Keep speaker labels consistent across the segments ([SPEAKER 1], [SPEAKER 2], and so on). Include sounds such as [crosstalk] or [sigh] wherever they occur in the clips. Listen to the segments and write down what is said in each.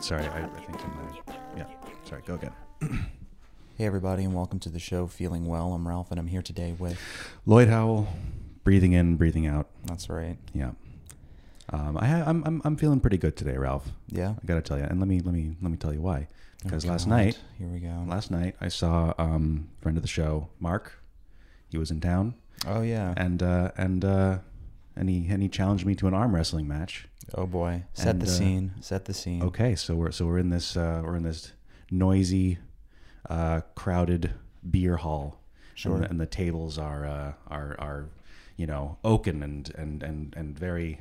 [SPEAKER 1] Sorry, I, I think my yeah. Sorry, go again.
[SPEAKER 2] Hey, everybody, and welcome to the show Feeling Well. I'm Ralph, and I'm here today with.
[SPEAKER 1] Lloyd Howell, breathing in, breathing out.
[SPEAKER 2] That's right.
[SPEAKER 1] Yeah. Um, I ha- I'm, I'm I'm feeling pretty good today, Ralph.
[SPEAKER 2] Yeah.
[SPEAKER 1] I gotta tell you, and let me let me let me tell you why. Because
[SPEAKER 2] Oh,
[SPEAKER 1] last
[SPEAKER 2] God.
[SPEAKER 1] night,
[SPEAKER 2] Here we go.
[SPEAKER 1] last night I saw um friend of the show Mark. He was in town,
[SPEAKER 2] oh, yeah.
[SPEAKER 1] and uh, and uh, and he and he challenged me to an arm wrestling match.
[SPEAKER 2] oh, boy. Set
[SPEAKER 1] And,
[SPEAKER 2] the
[SPEAKER 1] uh,
[SPEAKER 2] scene. Set the scene.
[SPEAKER 1] Okay, so we're so we're in this uh, we're in this noisy, uh, crowded beer hall.
[SPEAKER 2] Sure.
[SPEAKER 1] And the, and the tables are uh, are are you know oaken and and and and very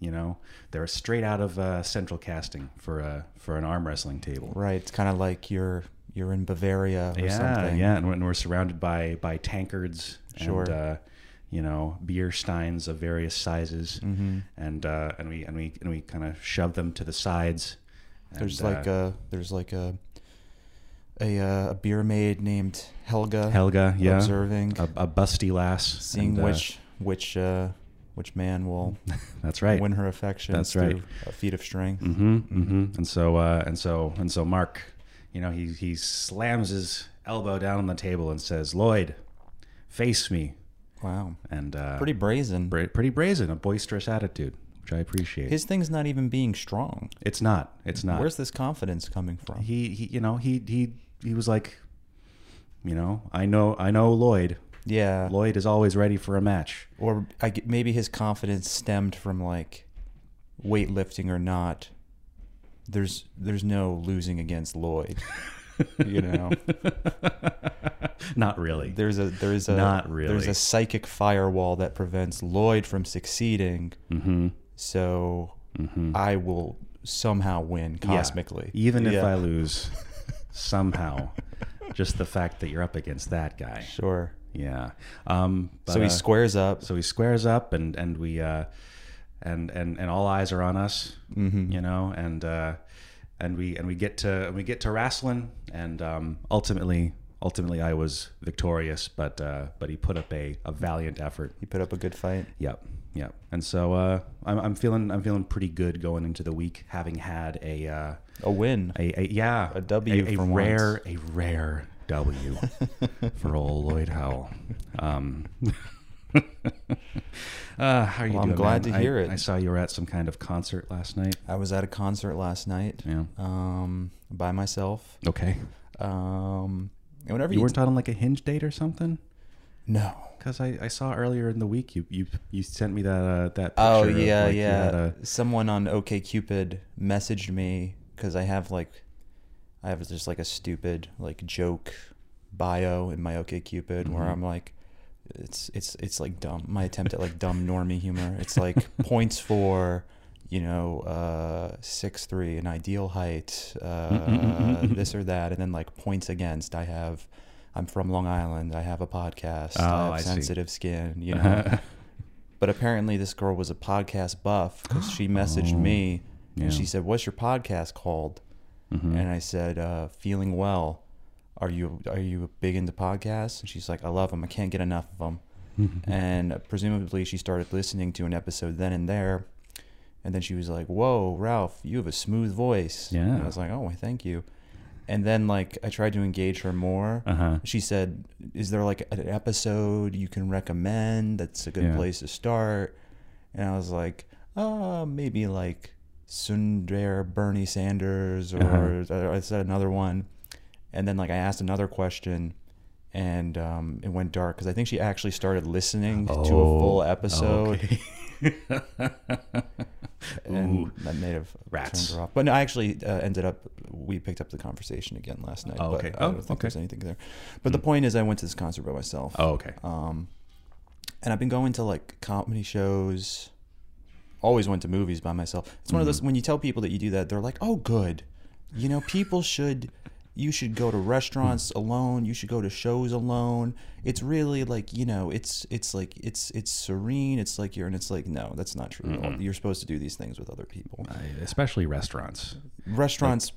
[SPEAKER 1] you know they're straight out of uh, central casting for a for an arm wrestling table.
[SPEAKER 2] Right. It's kind of like you're you're in Bavaria or
[SPEAKER 1] yeah,
[SPEAKER 2] something.
[SPEAKER 1] yeah, and we're, and we're surrounded by by tankards and
[SPEAKER 2] Sure.
[SPEAKER 1] uh, you know beer steins of various sizes,
[SPEAKER 2] Mm-hmm.
[SPEAKER 1] and uh, and we and we and we kind of shove them to the sides. and,
[SPEAKER 2] There's
[SPEAKER 1] uh,
[SPEAKER 2] like a there's like a a, uh, a beer maid named Helga.
[SPEAKER 1] Helga, yeah,
[SPEAKER 2] Observing,
[SPEAKER 1] a, a busty lass,
[SPEAKER 2] seeing
[SPEAKER 1] and, uh,
[SPEAKER 2] which which uh, which man will
[SPEAKER 1] that's [laughs] right.
[SPEAKER 2] win her affections
[SPEAKER 1] That's
[SPEAKER 2] through
[SPEAKER 1] right.
[SPEAKER 2] a feat of strength.
[SPEAKER 1] Mm-hmm, mm-hmm. And so, uh, and so, and so, Mark, you know, he he slams his elbow down on the table and says, "Lloyd, face me."
[SPEAKER 2] Wow.
[SPEAKER 1] And uh,
[SPEAKER 2] Pretty brazen.
[SPEAKER 1] bra- pretty brazen, a boisterous attitude, which I appreciate.
[SPEAKER 2] His thing's not even being strong.
[SPEAKER 1] it's not. It's not.
[SPEAKER 2] Where's this confidence coming from?
[SPEAKER 1] he, he? You know, he he he was like, you know, I know, I know, Lloyd.
[SPEAKER 2] yeah.
[SPEAKER 1] Lloyd is always ready for a match. [laughs]
[SPEAKER 2] Or I g maybe his confidence stemmed from like weightlifting or not. There's there's no losing against
[SPEAKER 1] [laughs]
[SPEAKER 2] Lloyd. you know,
[SPEAKER 1] Not really.
[SPEAKER 2] there's a there's a
[SPEAKER 1] Not
[SPEAKER 2] there's
[SPEAKER 1] really.
[SPEAKER 2] a psychic firewall that prevents Lloyd from succeeding.
[SPEAKER 1] Mm-hmm.
[SPEAKER 2] So
[SPEAKER 1] Mm-hmm.
[SPEAKER 2] I will somehow win
[SPEAKER 1] Yeah.
[SPEAKER 2] cosmically.
[SPEAKER 1] Even if
[SPEAKER 2] Yeah. [laughs]
[SPEAKER 1] I lose somehow, just the fact that you're up against that guy.
[SPEAKER 2] sure.
[SPEAKER 1] Yeah. Um, but,
[SPEAKER 2] so he
[SPEAKER 1] uh,
[SPEAKER 2] squares up.
[SPEAKER 1] so he squares up, and and we uh, and and and all eyes are on us.
[SPEAKER 2] Mm-hmm.
[SPEAKER 1] You know, and uh, and we and we get to and we get to wrestling, and um, ultimately. Ultimately, I was victorious, but uh, but he put up a, a valiant effort.
[SPEAKER 2] He put up a good fight.
[SPEAKER 1] Yep, yep. And so uh, I'm, I'm feeling I'm feeling pretty good going into the week, having had a uh,
[SPEAKER 2] A win.
[SPEAKER 1] a, a yeah
[SPEAKER 2] A W
[SPEAKER 1] a, a
[SPEAKER 2] for
[SPEAKER 1] rare a rare W
[SPEAKER 2] [laughs]
[SPEAKER 1] for old Lloyd Howell. Um, [laughs] uh, how are you
[SPEAKER 2] Well, I'm
[SPEAKER 1] doing?
[SPEAKER 2] glad
[SPEAKER 1] man?
[SPEAKER 2] to
[SPEAKER 1] I-
[SPEAKER 2] hear it.
[SPEAKER 1] I saw you were at some kind of concert last night.
[SPEAKER 2] I was at a concert last night.
[SPEAKER 1] Yeah.
[SPEAKER 2] Um, by myself.
[SPEAKER 1] Okay.
[SPEAKER 2] Um, and whenever
[SPEAKER 1] You
[SPEAKER 2] you,
[SPEAKER 1] weren't out on like a hinge date or something?
[SPEAKER 2] no.
[SPEAKER 1] Because I, I saw earlier in the week you you, you sent me that uh, that picture.
[SPEAKER 2] Oh
[SPEAKER 1] of,
[SPEAKER 2] yeah,
[SPEAKER 1] like, you had
[SPEAKER 2] yeah.
[SPEAKER 1] a-
[SPEAKER 2] Someone on OKCupid messaged me because I have like, I have just like a stupid like joke bio in my OKCupid where
[SPEAKER 1] Mm-hmm.
[SPEAKER 2] I'm like, it's it's it's like dumb. My attempt at like dumb normie humor.
[SPEAKER 1] [laughs]
[SPEAKER 2] It's like points for. You know, uh, six three, an ideal height, uh, this or that, and then like points against. I have, I'm from Long Island. I have a podcast.
[SPEAKER 1] Oh,
[SPEAKER 2] I have
[SPEAKER 1] I see.
[SPEAKER 2] sensitive skin.
[SPEAKER 1] [laughs]
[SPEAKER 2] [laughs] You know, but apparently, this girl was a podcast buff because she messaged me
[SPEAKER 1] yeah.
[SPEAKER 2] and she said, "What's your podcast called?"
[SPEAKER 1] Mm-hmm.
[SPEAKER 2] And I said, uh, "Feeling well." Are you are you big into podcasts? And she's like, "I love them. I can't get enough of them."
[SPEAKER 1] Mm-hmm.
[SPEAKER 2] and presumably, she started listening to an episode then and there, and then she was like, "Whoa, Ralph, you have a smooth voice." And
[SPEAKER 1] Yeah.
[SPEAKER 2] I was like, "Oh, why, thank you." And then, like, I tried to engage her more.
[SPEAKER 1] Uh-huh.
[SPEAKER 2] She said, "Is there like an episode you can recommend that's a good
[SPEAKER 1] Yeah.
[SPEAKER 2] place to start?" And I was like, "Uh, maybe like Sundar Bernie Sanders or
[SPEAKER 1] Uh-huh.
[SPEAKER 2] or I said another one." And then like I asked another question, and um, it went dark because I think she actually started listening to a full episode,
[SPEAKER 1] Oh, Okay. [laughs]
[SPEAKER 2] and that may have
[SPEAKER 1] Rats.
[SPEAKER 2] turned her off. But no, I actually uh, ended up we picked up the conversation again last night.
[SPEAKER 1] Oh,
[SPEAKER 2] but
[SPEAKER 1] okay.
[SPEAKER 2] I don't
[SPEAKER 1] Oh,
[SPEAKER 2] think there's
[SPEAKER 1] okay. Hmm.
[SPEAKER 2] anything there. But the point is, I went to this concert by myself.
[SPEAKER 1] Oh, okay.
[SPEAKER 2] Um, and I've been going to like comedy shows. Always went to movies by myself. It's one of
[SPEAKER 1] Mm-hmm.
[SPEAKER 2] those when you tell people that you do that, they're like, "Oh, good." You know, people should. You should go to restaurants
[SPEAKER 1] Hmm.
[SPEAKER 2] alone. You should go to shows alone. It's really like you know, it's it's like it's it's serene. It's like you're and it's like no, that's not true. at all. You're supposed to do these things with other people.
[SPEAKER 1] I- uh, especially restaurants.
[SPEAKER 2] Restaurants,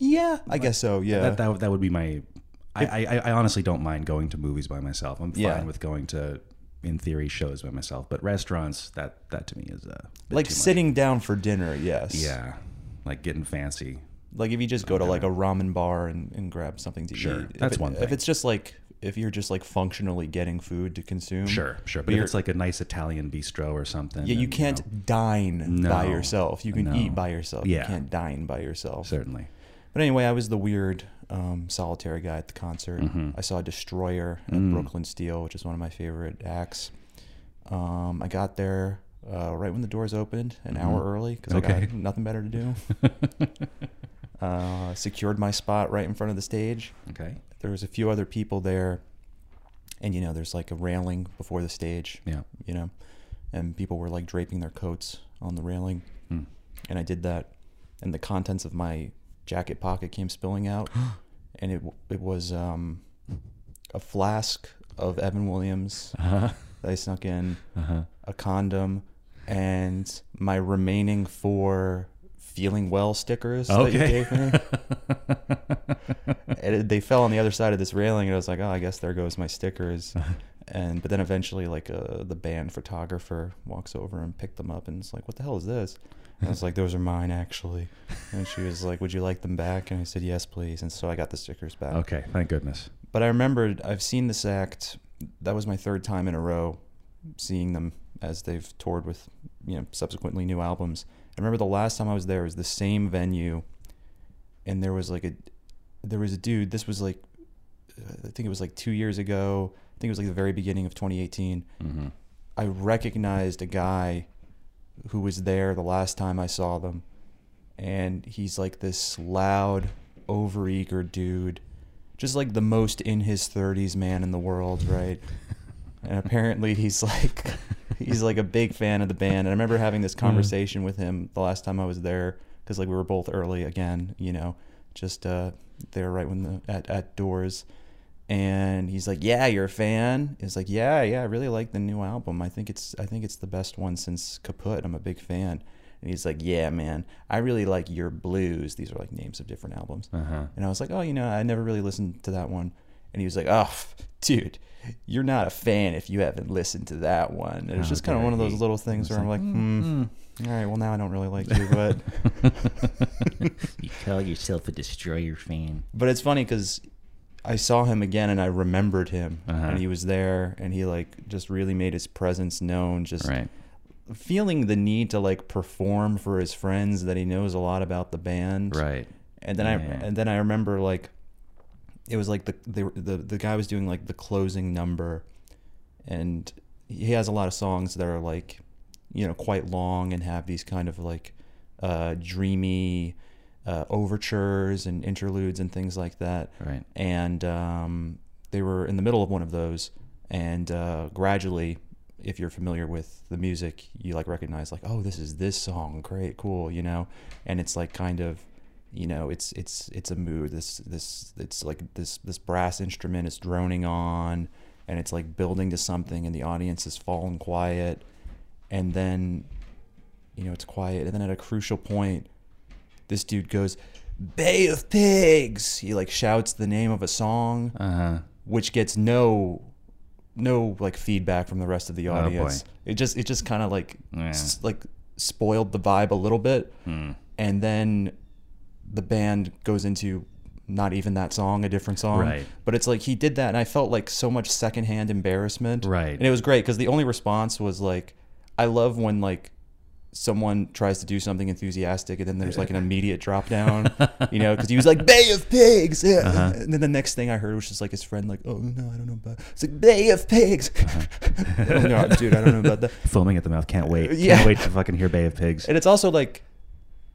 [SPEAKER 2] yeah, I guess so. Yeah,
[SPEAKER 1] That, that that would be my. I, I I honestly don't mind going to movies by myself. I'm fine
[SPEAKER 2] Yeah.
[SPEAKER 1] with going to, in theory, shows by myself. But restaurants, that that to me is a bit
[SPEAKER 2] like
[SPEAKER 1] too much.
[SPEAKER 2] sitting down for dinner. Yes.
[SPEAKER 1] Yeah, like getting fancy.
[SPEAKER 2] Like if you just go to like a ramen bar and, and grab something to
[SPEAKER 1] Sure,
[SPEAKER 2] eat. If
[SPEAKER 1] that's
[SPEAKER 2] it-
[SPEAKER 1] one
[SPEAKER 2] If
[SPEAKER 1] thing.
[SPEAKER 2] it's just like if you're just like functionally getting food to consume.
[SPEAKER 1] Sure, sure. But
[SPEAKER 2] you're-
[SPEAKER 1] if it's like a nice Italian bistro or something.
[SPEAKER 2] Yeah, you
[SPEAKER 1] then,
[SPEAKER 2] can't
[SPEAKER 1] know,
[SPEAKER 2] dine by
[SPEAKER 1] No,
[SPEAKER 2] yourself. You can
[SPEAKER 1] no.
[SPEAKER 2] eat by yourself.
[SPEAKER 1] Yeah.
[SPEAKER 2] You can't dine by yourself.
[SPEAKER 1] certainly.
[SPEAKER 2] But anyway, I was the weird um, solitary guy at the concert.
[SPEAKER 1] Mm-hmm.
[SPEAKER 2] I saw Destroyer at
[SPEAKER 1] Mm.
[SPEAKER 2] Brooklyn Steel, which is one of my favorite acts. Um, I got there uh, right when the doors opened, an hour early, because I
[SPEAKER 1] Mm-hmm. Okay.
[SPEAKER 2] got nothing better to
[SPEAKER 1] [laughs]
[SPEAKER 2] do. uh, secured my spot right in front of the stage.
[SPEAKER 1] Okay.
[SPEAKER 2] There was a few other people there, and you know, there's like a railing before the stage,
[SPEAKER 1] Yeah.
[SPEAKER 2] you know, and people were like draping their coats on the railing,
[SPEAKER 1] Mm.
[SPEAKER 2] and I did that, and the contents of my jacket pocket came spilling
[SPEAKER 1] [gasps]
[SPEAKER 2] out, and it w- it was um, a flask of Evan Williams
[SPEAKER 1] Uh-huh.
[SPEAKER 2] that I snuck in,
[SPEAKER 1] Uh-huh.
[SPEAKER 2] a condom, and my remaining four feeling well stickers that you
[SPEAKER 1] Okay. [laughs]
[SPEAKER 2] gave me. [laughs] and it- they fell on the other side of this railing, and I was like, oh, I guess there goes my stickers. And but then eventually, like uh, the band photographer walks over and picked them up, and it's like, what the hell is this? And I was like, those are mine actually. And she was like, would you like them back? And I said, yes, please. And so I got the stickers back.
[SPEAKER 1] Okay, thank goodness.
[SPEAKER 2] But I remembered I've seen this act. That was my third time in a row seeing them as they've toured with, you know, subsequently new albums. I remember the last time I was there was the same venue, and there was like a, there was a dude. This was like, uh, I think it was like two years ago. I think it was like the very beginning of 2018.
[SPEAKER 1] Mhm.
[SPEAKER 2] I recognized a guy who was there the last time I saw them. And he's like this loud, overeager dude, just like the most in his 30s man in the world, right? and apparently he's like he's like a big fan of the band. And I remember having this conversation with him the last time I was there cuz like we were both early again, you know, just uh there right when the at at doors and he's like, "Yeah, you're a fan." He's like, "Yeah, yeah, I really like the new album. I think it's I think it's the best one since Kaput. I'm a big fan." And he's like, "Yeah, man, I really like your blues. These are like names of different albums."
[SPEAKER 1] Uh-huh.
[SPEAKER 2] And I was like, "Oh, you know, I never really listened to that one." And he was like, "Oh, [laughs] dude, you're not a fan if you haven't listened to that one." And it was
[SPEAKER 1] How
[SPEAKER 2] just kind of
[SPEAKER 1] dare
[SPEAKER 2] one of those
[SPEAKER 1] Oh, he.
[SPEAKER 2] little things where I'm like, "Hmm,
[SPEAKER 1] Mm.
[SPEAKER 2] all right, well now I don't really like you,
[SPEAKER 1] [laughs]
[SPEAKER 2] but."
[SPEAKER 3] You call yourself a destroyer fan.
[SPEAKER 2] But it's funny because I saw him again and I remembered him,
[SPEAKER 1] Uh-huh.
[SPEAKER 2] and he was there, and he like just really made his presence known. Just
[SPEAKER 1] Right.
[SPEAKER 2] feeling the need to like perform for his friends that he knows a lot about the band,
[SPEAKER 1] Right.
[SPEAKER 2] And then I
[SPEAKER 1] Yeah.
[SPEAKER 2] and then I remember like it was like the the the, the guy was doing like the closing number, and he has a lot of songs that are like you know quite long and have these kind of like uh, dreamy uh, overtures and interludes and things like that
[SPEAKER 1] Right.
[SPEAKER 2] and um, they were in the middle of one of those and uh, gradually if you're familiar with the music you like recognize like oh this is this song great cool you know and it's like kind of you know it's it's it's a mood this this it's like this this brass instrument is droning on and it's like building to something and the audience is falling quiet and then you know it's quiet and then at a crucial point this dude goes bay of pigs he like shouts the name of a song
[SPEAKER 1] Uh-huh.
[SPEAKER 2] which gets no no like feedback from the rest of the
[SPEAKER 1] Oh, boy.
[SPEAKER 2] audience it just it just kind of like
[SPEAKER 1] Yeah. Hmm.
[SPEAKER 2] s- like spoiled the vibe a little bit and then the band goes into not even that song a different song
[SPEAKER 1] Right.
[SPEAKER 2] but it's like he did that and i felt like so much secondhand embarrassment
[SPEAKER 1] Right.
[SPEAKER 2] and it was great because the only response was like i love when like someone tries to do something enthusiastic and then there's
[SPEAKER 1] [laughs]
[SPEAKER 2] like an immediate drop down you know because he was like bay of pigs yeah.
[SPEAKER 1] Uh-huh.
[SPEAKER 2] and then the next thing i heard was just like his friend like oh no i don't know about it's like bay of pigs
[SPEAKER 1] Uh-huh.
[SPEAKER 2] [laughs] oh, no, dude i don't know about that
[SPEAKER 1] [laughs] Foaming at the mouth. Can't wait.
[SPEAKER 2] Yeah.
[SPEAKER 1] Can't wait to fucking hear Bay of Pigs.
[SPEAKER 2] and it's also like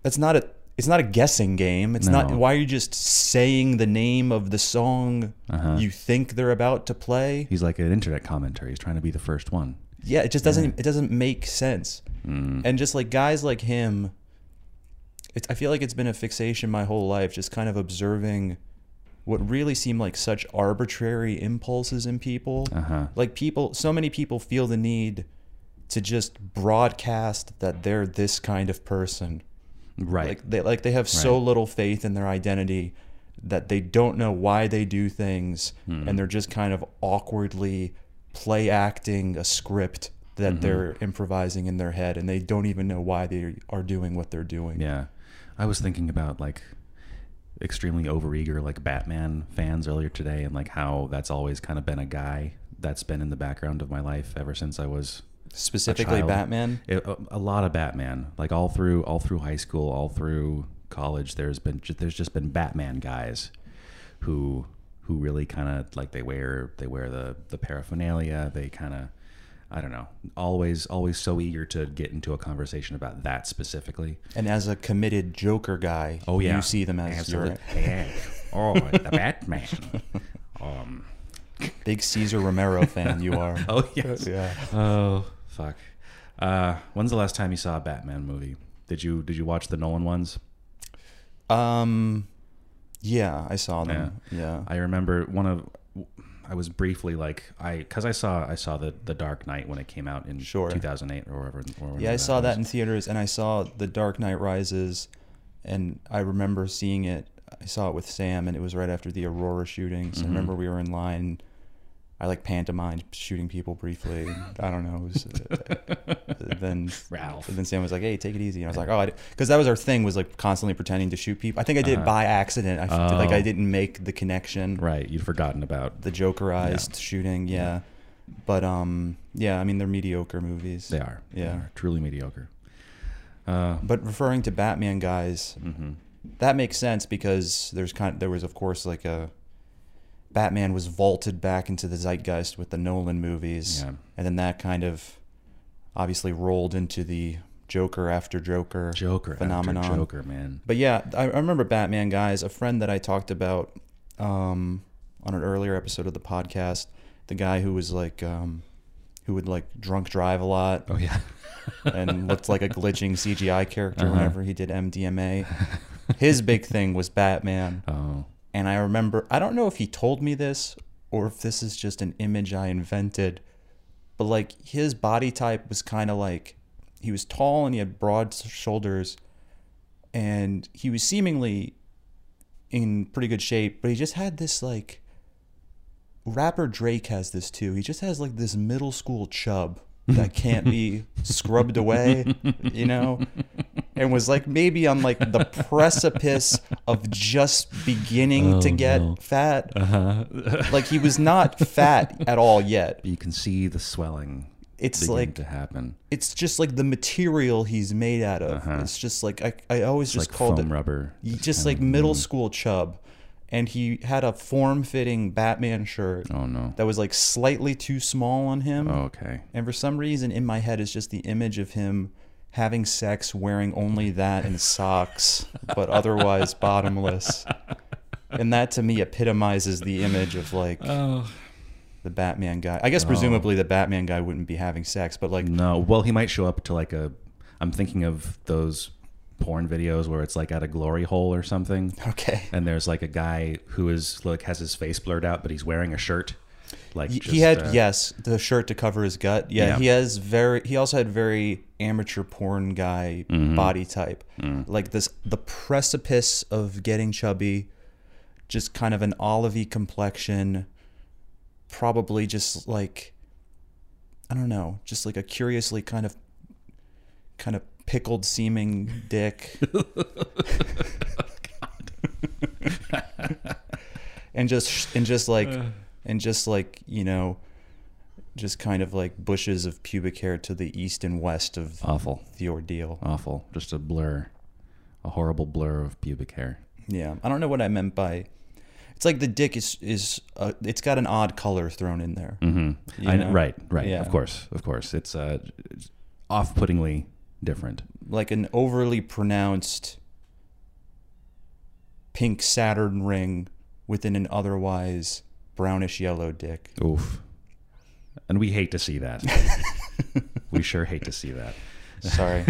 [SPEAKER 2] that's not a it's not a guessing game. It's not
[SPEAKER 1] No.
[SPEAKER 2] why are you just saying the name of the song
[SPEAKER 1] Uh-huh.
[SPEAKER 2] you think they're about to play?
[SPEAKER 1] He's like an internet commentator. He's trying to be the first one.
[SPEAKER 2] Yeah, it just doesn't it doesn't make sense.
[SPEAKER 1] Mm.
[SPEAKER 2] [laughs] And just like guys like him, it's I feel like it's been a fixation my whole life, just kind of observing what really seem like such arbitrary impulses in people.
[SPEAKER 1] Uh-huh.
[SPEAKER 2] Like people, so many people feel the need to just broadcast that they're this kind of person.
[SPEAKER 1] Right.
[SPEAKER 2] Like they like they have so little faith in their identity that they don't know why they do things
[SPEAKER 1] Hmm.
[SPEAKER 2] and they're just kind of awkwardly play acting a script that
[SPEAKER 1] Mm-hmm.
[SPEAKER 2] they're improvising in their head and they don't even know why they are doing what they're doing.
[SPEAKER 1] Yeah. I was thinking about like extremely overeager like Batman fans earlier today, and like how that's always kind of been a guy that's been in the background of my life ever since I was
[SPEAKER 2] Specifically,
[SPEAKER 1] child.
[SPEAKER 2] Batman.
[SPEAKER 1] it, a, a lot of Batman. Like all through all through high school, all through college, there's been ju- there's just been Batman guys who who really kind of like they wear they wear the the paraphernalia. They kind of I don't know. Always always so eager to get into a conversation about that specifically.
[SPEAKER 2] And as a committed Joker guy,
[SPEAKER 1] Oh yeah,
[SPEAKER 2] you see them as your
[SPEAKER 1] Absolutely. Yeah. Oh, the Batman. Um,
[SPEAKER 2] big Caesar Romero fan.
[SPEAKER 1] [laughs]
[SPEAKER 2] You are.
[SPEAKER 1] oh yes.
[SPEAKER 2] yeah.
[SPEAKER 1] Oh fuck. Uh, when's the last time you saw a Batman movie? Did you did you watch the Nolan ones?
[SPEAKER 2] Um, yeah, I saw them. Yeah.
[SPEAKER 1] I remember one of I was briefly like I because I saw I saw the the Dark Knight when it came out in
[SPEAKER 2] Sure.
[SPEAKER 1] 2008 or whatever. Or whenever
[SPEAKER 2] Yeah, I saw
[SPEAKER 1] was.
[SPEAKER 2] that in theaters, and I saw The Dark Knight Rises, and I remember seeing it. I saw it with Sam, and it was right after the Aurora shooting.
[SPEAKER 1] Mm-hmm.
[SPEAKER 2] So I remember we were in line. I like pantomimed shooting people briefly. I don't know. It was, uh, then
[SPEAKER 1] [laughs] Ralph.
[SPEAKER 2] Then Sam was like, "Hey, take it easy." And I was like, "Oh," because that was our thing was like constantly pretending to shoot people. I think I did it by accident. I f- like I
[SPEAKER 1] Uh-huh. Oh.
[SPEAKER 2] didn't make the connection.
[SPEAKER 1] Right, you'd forgotten about.
[SPEAKER 2] The Jokerized shooting, yeah. But um, yeah. I mean, they're mediocre movies.
[SPEAKER 1] They are. They
[SPEAKER 2] Yeah.
[SPEAKER 1] are truly mediocre. Uh,
[SPEAKER 2] But referring to Batman guys,
[SPEAKER 1] mhm.
[SPEAKER 2] that makes sense because there's kind there was of course like a Batman was vaulted back into the zeitgeist with the Nolan movies,
[SPEAKER 1] Yeah.
[SPEAKER 2] and then that kind of obviously rolled into the Joker after Joker
[SPEAKER 1] Joker
[SPEAKER 2] phenomenon.
[SPEAKER 1] After Joker man.
[SPEAKER 2] But yeah, I, I remember Batman guys. A friend that I talked about um, on an earlier episode of the podcast, the guy who was like, um, who would like drunk drive a lot,
[SPEAKER 1] Oh yeah. [laughs]
[SPEAKER 2] and looked like a glitching CGI character
[SPEAKER 1] Uh-huh.
[SPEAKER 2] whenever he did MDMA. His big thing was Batman.
[SPEAKER 1] Oh.
[SPEAKER 2] And I remember, I don't know if he told me this or if this is just an image I invented, but like his body type was kind of like he was tall and he had broad s- shoulders and he was seemingly in pretty good shape, but he just had this like rapper Drake has this too. He just has like this middle school chub that
[SPEAKER 1] [laughs]
[SPEAKER 2] can't be scrubbed away, you know, and was like maybe on like the precipice of just beginning to
[SPEAKER 1] Oh,
[SPEAKER 2] get
[SPEAKER 1] no.
[SPEAKER 2] fat.
[SPEAKER 1] Uh-huh.
[SPEAKER 2] Like he was not fat at
[SPEAKER 1] [laughs]
[SPEAKER 2] all yet.
[SPEAKER 1] you can see the swelling
[SPEAKER 2] It's
[SPEAKER 1] begin
[SPEAKER 2] like
[SPEAKER 1] to happen.
[SPEAKER 2] it's just like the material he's made out of.
[SPEAKER 1] Uh-huh.
[SPEAKER 2] It's just like I, I always
[SPEAKER 1] It's
[SPEAKER 2] just
[SPEAKER 1] like
[SPEAKER 2] called
[SPEAKER 1] foam
[SPEAKER 2] it
[SPEAKER 1] rubber. Mm-hmm.
[SPEAKER 2] he
[SPEAKER 1] It's
[SPEAKER 2] just
[SPEAKER 1] kinda-
[SPEAKER 2] like middle school chub and he had a form-fitting batman shirt
[SPEAKER 1] Oh no.
[SPEAKER 2] that was like slightly too small on him
[SPEAKER 1] Oh, okay.
[SPEAKER 2] and for some reason in my head is just the image of him having sex wearing only that and socks
[SPEAKER 1] [laughs]
[SPEAKER 2] but otherwise bottomless and that to me epitomizes the image of like
[SPEAKER 1] Oh.
[SPEAKER 2] the batman guy i guess presumably the batman guy wouldn't be having sex but like
[SPEAKER 1] No, well, he might show up to like a. I'm thinking of those porn videos where it's like at a glory hole or something,
[SPEAKER 2] [laughs] okay
[SPEAKER 1] and there's like a guy who is like has his face blurred out, but he's wearing a shirt. Like
[SPEAKER 2] Y-
[SPEAKER 1] just,
[SPEAKER 2] he had
[SPEAKER 1] uh,
[SPEAKER 2] yes the shirt to cover his gut yeah,
[SPEAKER 1] Yeah.
[SPEAKER 2] he has very he also had very amateur porn guy
[SPEAKER 1] Mm-hmm.
[SPEAKER 2] body type
[SPEAKER 1] Mm.
[SPEAKER 2] like this the precipice of getting chubby just kind of an olivey complexion probably just like i don't know just like a curiously kind of kind of pickled seeming dick and just and just like and just like you know just kind of like bushes of pubic hair to the east and west of
[SPEAKER 1] awful,
[SPEAKER 2] the ordeal
[SPEAKER 1] awful, just a blur, a horrible blur of pubic hair.
[SPEAKER 2] yeah i don't know what i meant by it's like the dick is is uh, it's got an odd color thrown in there
[SPEAKER 1] Mm-hmm.
[SPEAKER 2] You
[SPEAKER 1] I,
[SPEAKER 2] know?
[SPEAKER 1] right, right.
[SPEAKER 2] Yeah.
[SPEAKER 1] Of course, of course. It's uh, it's off-puttingly different.
[SPEAKER 2] like an overly pronounced pink Saturn ring within an otherwise brownish yellow dick.
[SPEAKER 1] Oof. And we hate to see
[SPEAKER 2] [laughs]
[SPEAKER 1] that. we sure hate to see that. [laughs]
[SPEAKER 2] Sorry.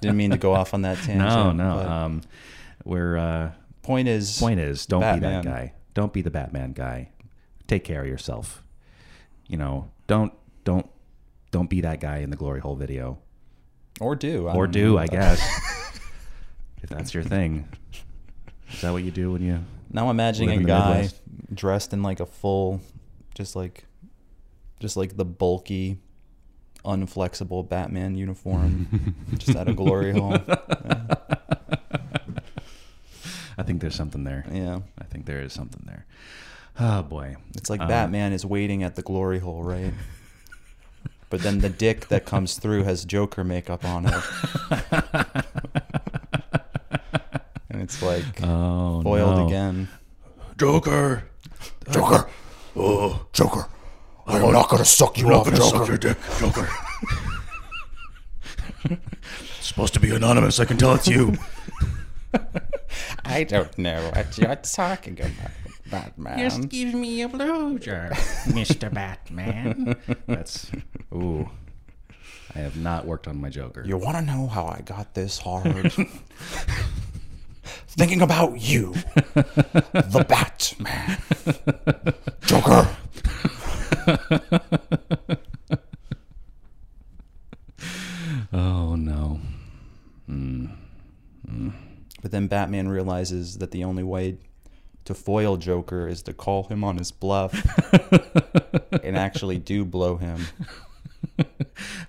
[SPEAKER 2] Didn't mean to go off on that tangent.
[SPEAKER 1] No, no.
[SPEAKER 2] but
[SPEAKER 1] Um, we're uh,
[SPEAKER 2] point is
[SPEAKER 1] point is don't
[SPEAKER 2] Batman.
[SPEAKER 1] be that guy don't be the batman guy take care of yourself you know don't don't don't be that guy in the glory hole video
[SPEAKER 2] or do. I
[SPEAKER 1] or
[SPEAKER 2] don't
[SPEAKER 1] do
[SPEAKER 2] know.
[SPEAKER 1] i guess
[SPEAKER 2] [laughs]
[SPEAKER 1] if that's your thing is that what you do when you
[SPEAKER 2] Now I'm imagining
[SPEAKER 1] Live
[SPEAKER 2] a
[SPEAKER 1] in the
[SPEAKER 2] guy
[SPEAKER 1] Midwest.
[SPEAKER 2] dressed in like a full just like just like the bulky unflexible
[SPEAKER 1] [laughs]
[SPEAKER 2] Batman uniform just out of glory hole.
[SPEAKER 1] I think there's something there.
[SPEAKER 2] Yeah.
[SPEAKER 1] I think there is something there. Oh boy,
[SPEAKER 2] It's like
[SPEAKER 1] Um,
[SPEAKER 2] Batman is waiting at the glory hole, right? but then the dick that comes through has Joker makeup on it. and it's like
[SPEAKER 1] Oh,
[SPEAKER 2] foiled
[SPEAKER 1] no.
[SPEAKER 2] again.
[SPEAKER 1] Joker,
[SPEAKER 4] Joker. Oh, Joker. I'm not gonna suck you off, Joker. [laughs]
[SPEAKER 1] your dick, Joker.
[SPEAKER 4] It's supposed to be anonymous. I can tell it's [laughs] you.
[SPEAKER 2] I don't know what you're talking about, Batman.
[SPEAKER 1] Um,
[SPEAKER 3] give me a
[SPEAKER 1] [laughs]
[SPEAKER 3] blowjob, Mr. Batman.
[SPEAKER 1] That's ooh. I have not worked on my Joker.
[SPEAKER 2] You want to know how I got this hard? Thinking about you, [laughs] the Batman.
[SPEAKER 4] Joker.
[SPEAKER 1] oh no. Hmm.
[SPEAKER 2] But then Batman realizes that the only way to foil Joker is to call him on
[SPEAKER 1] [laughs]
[SPEAKER 2] his bluff and actually do blow him.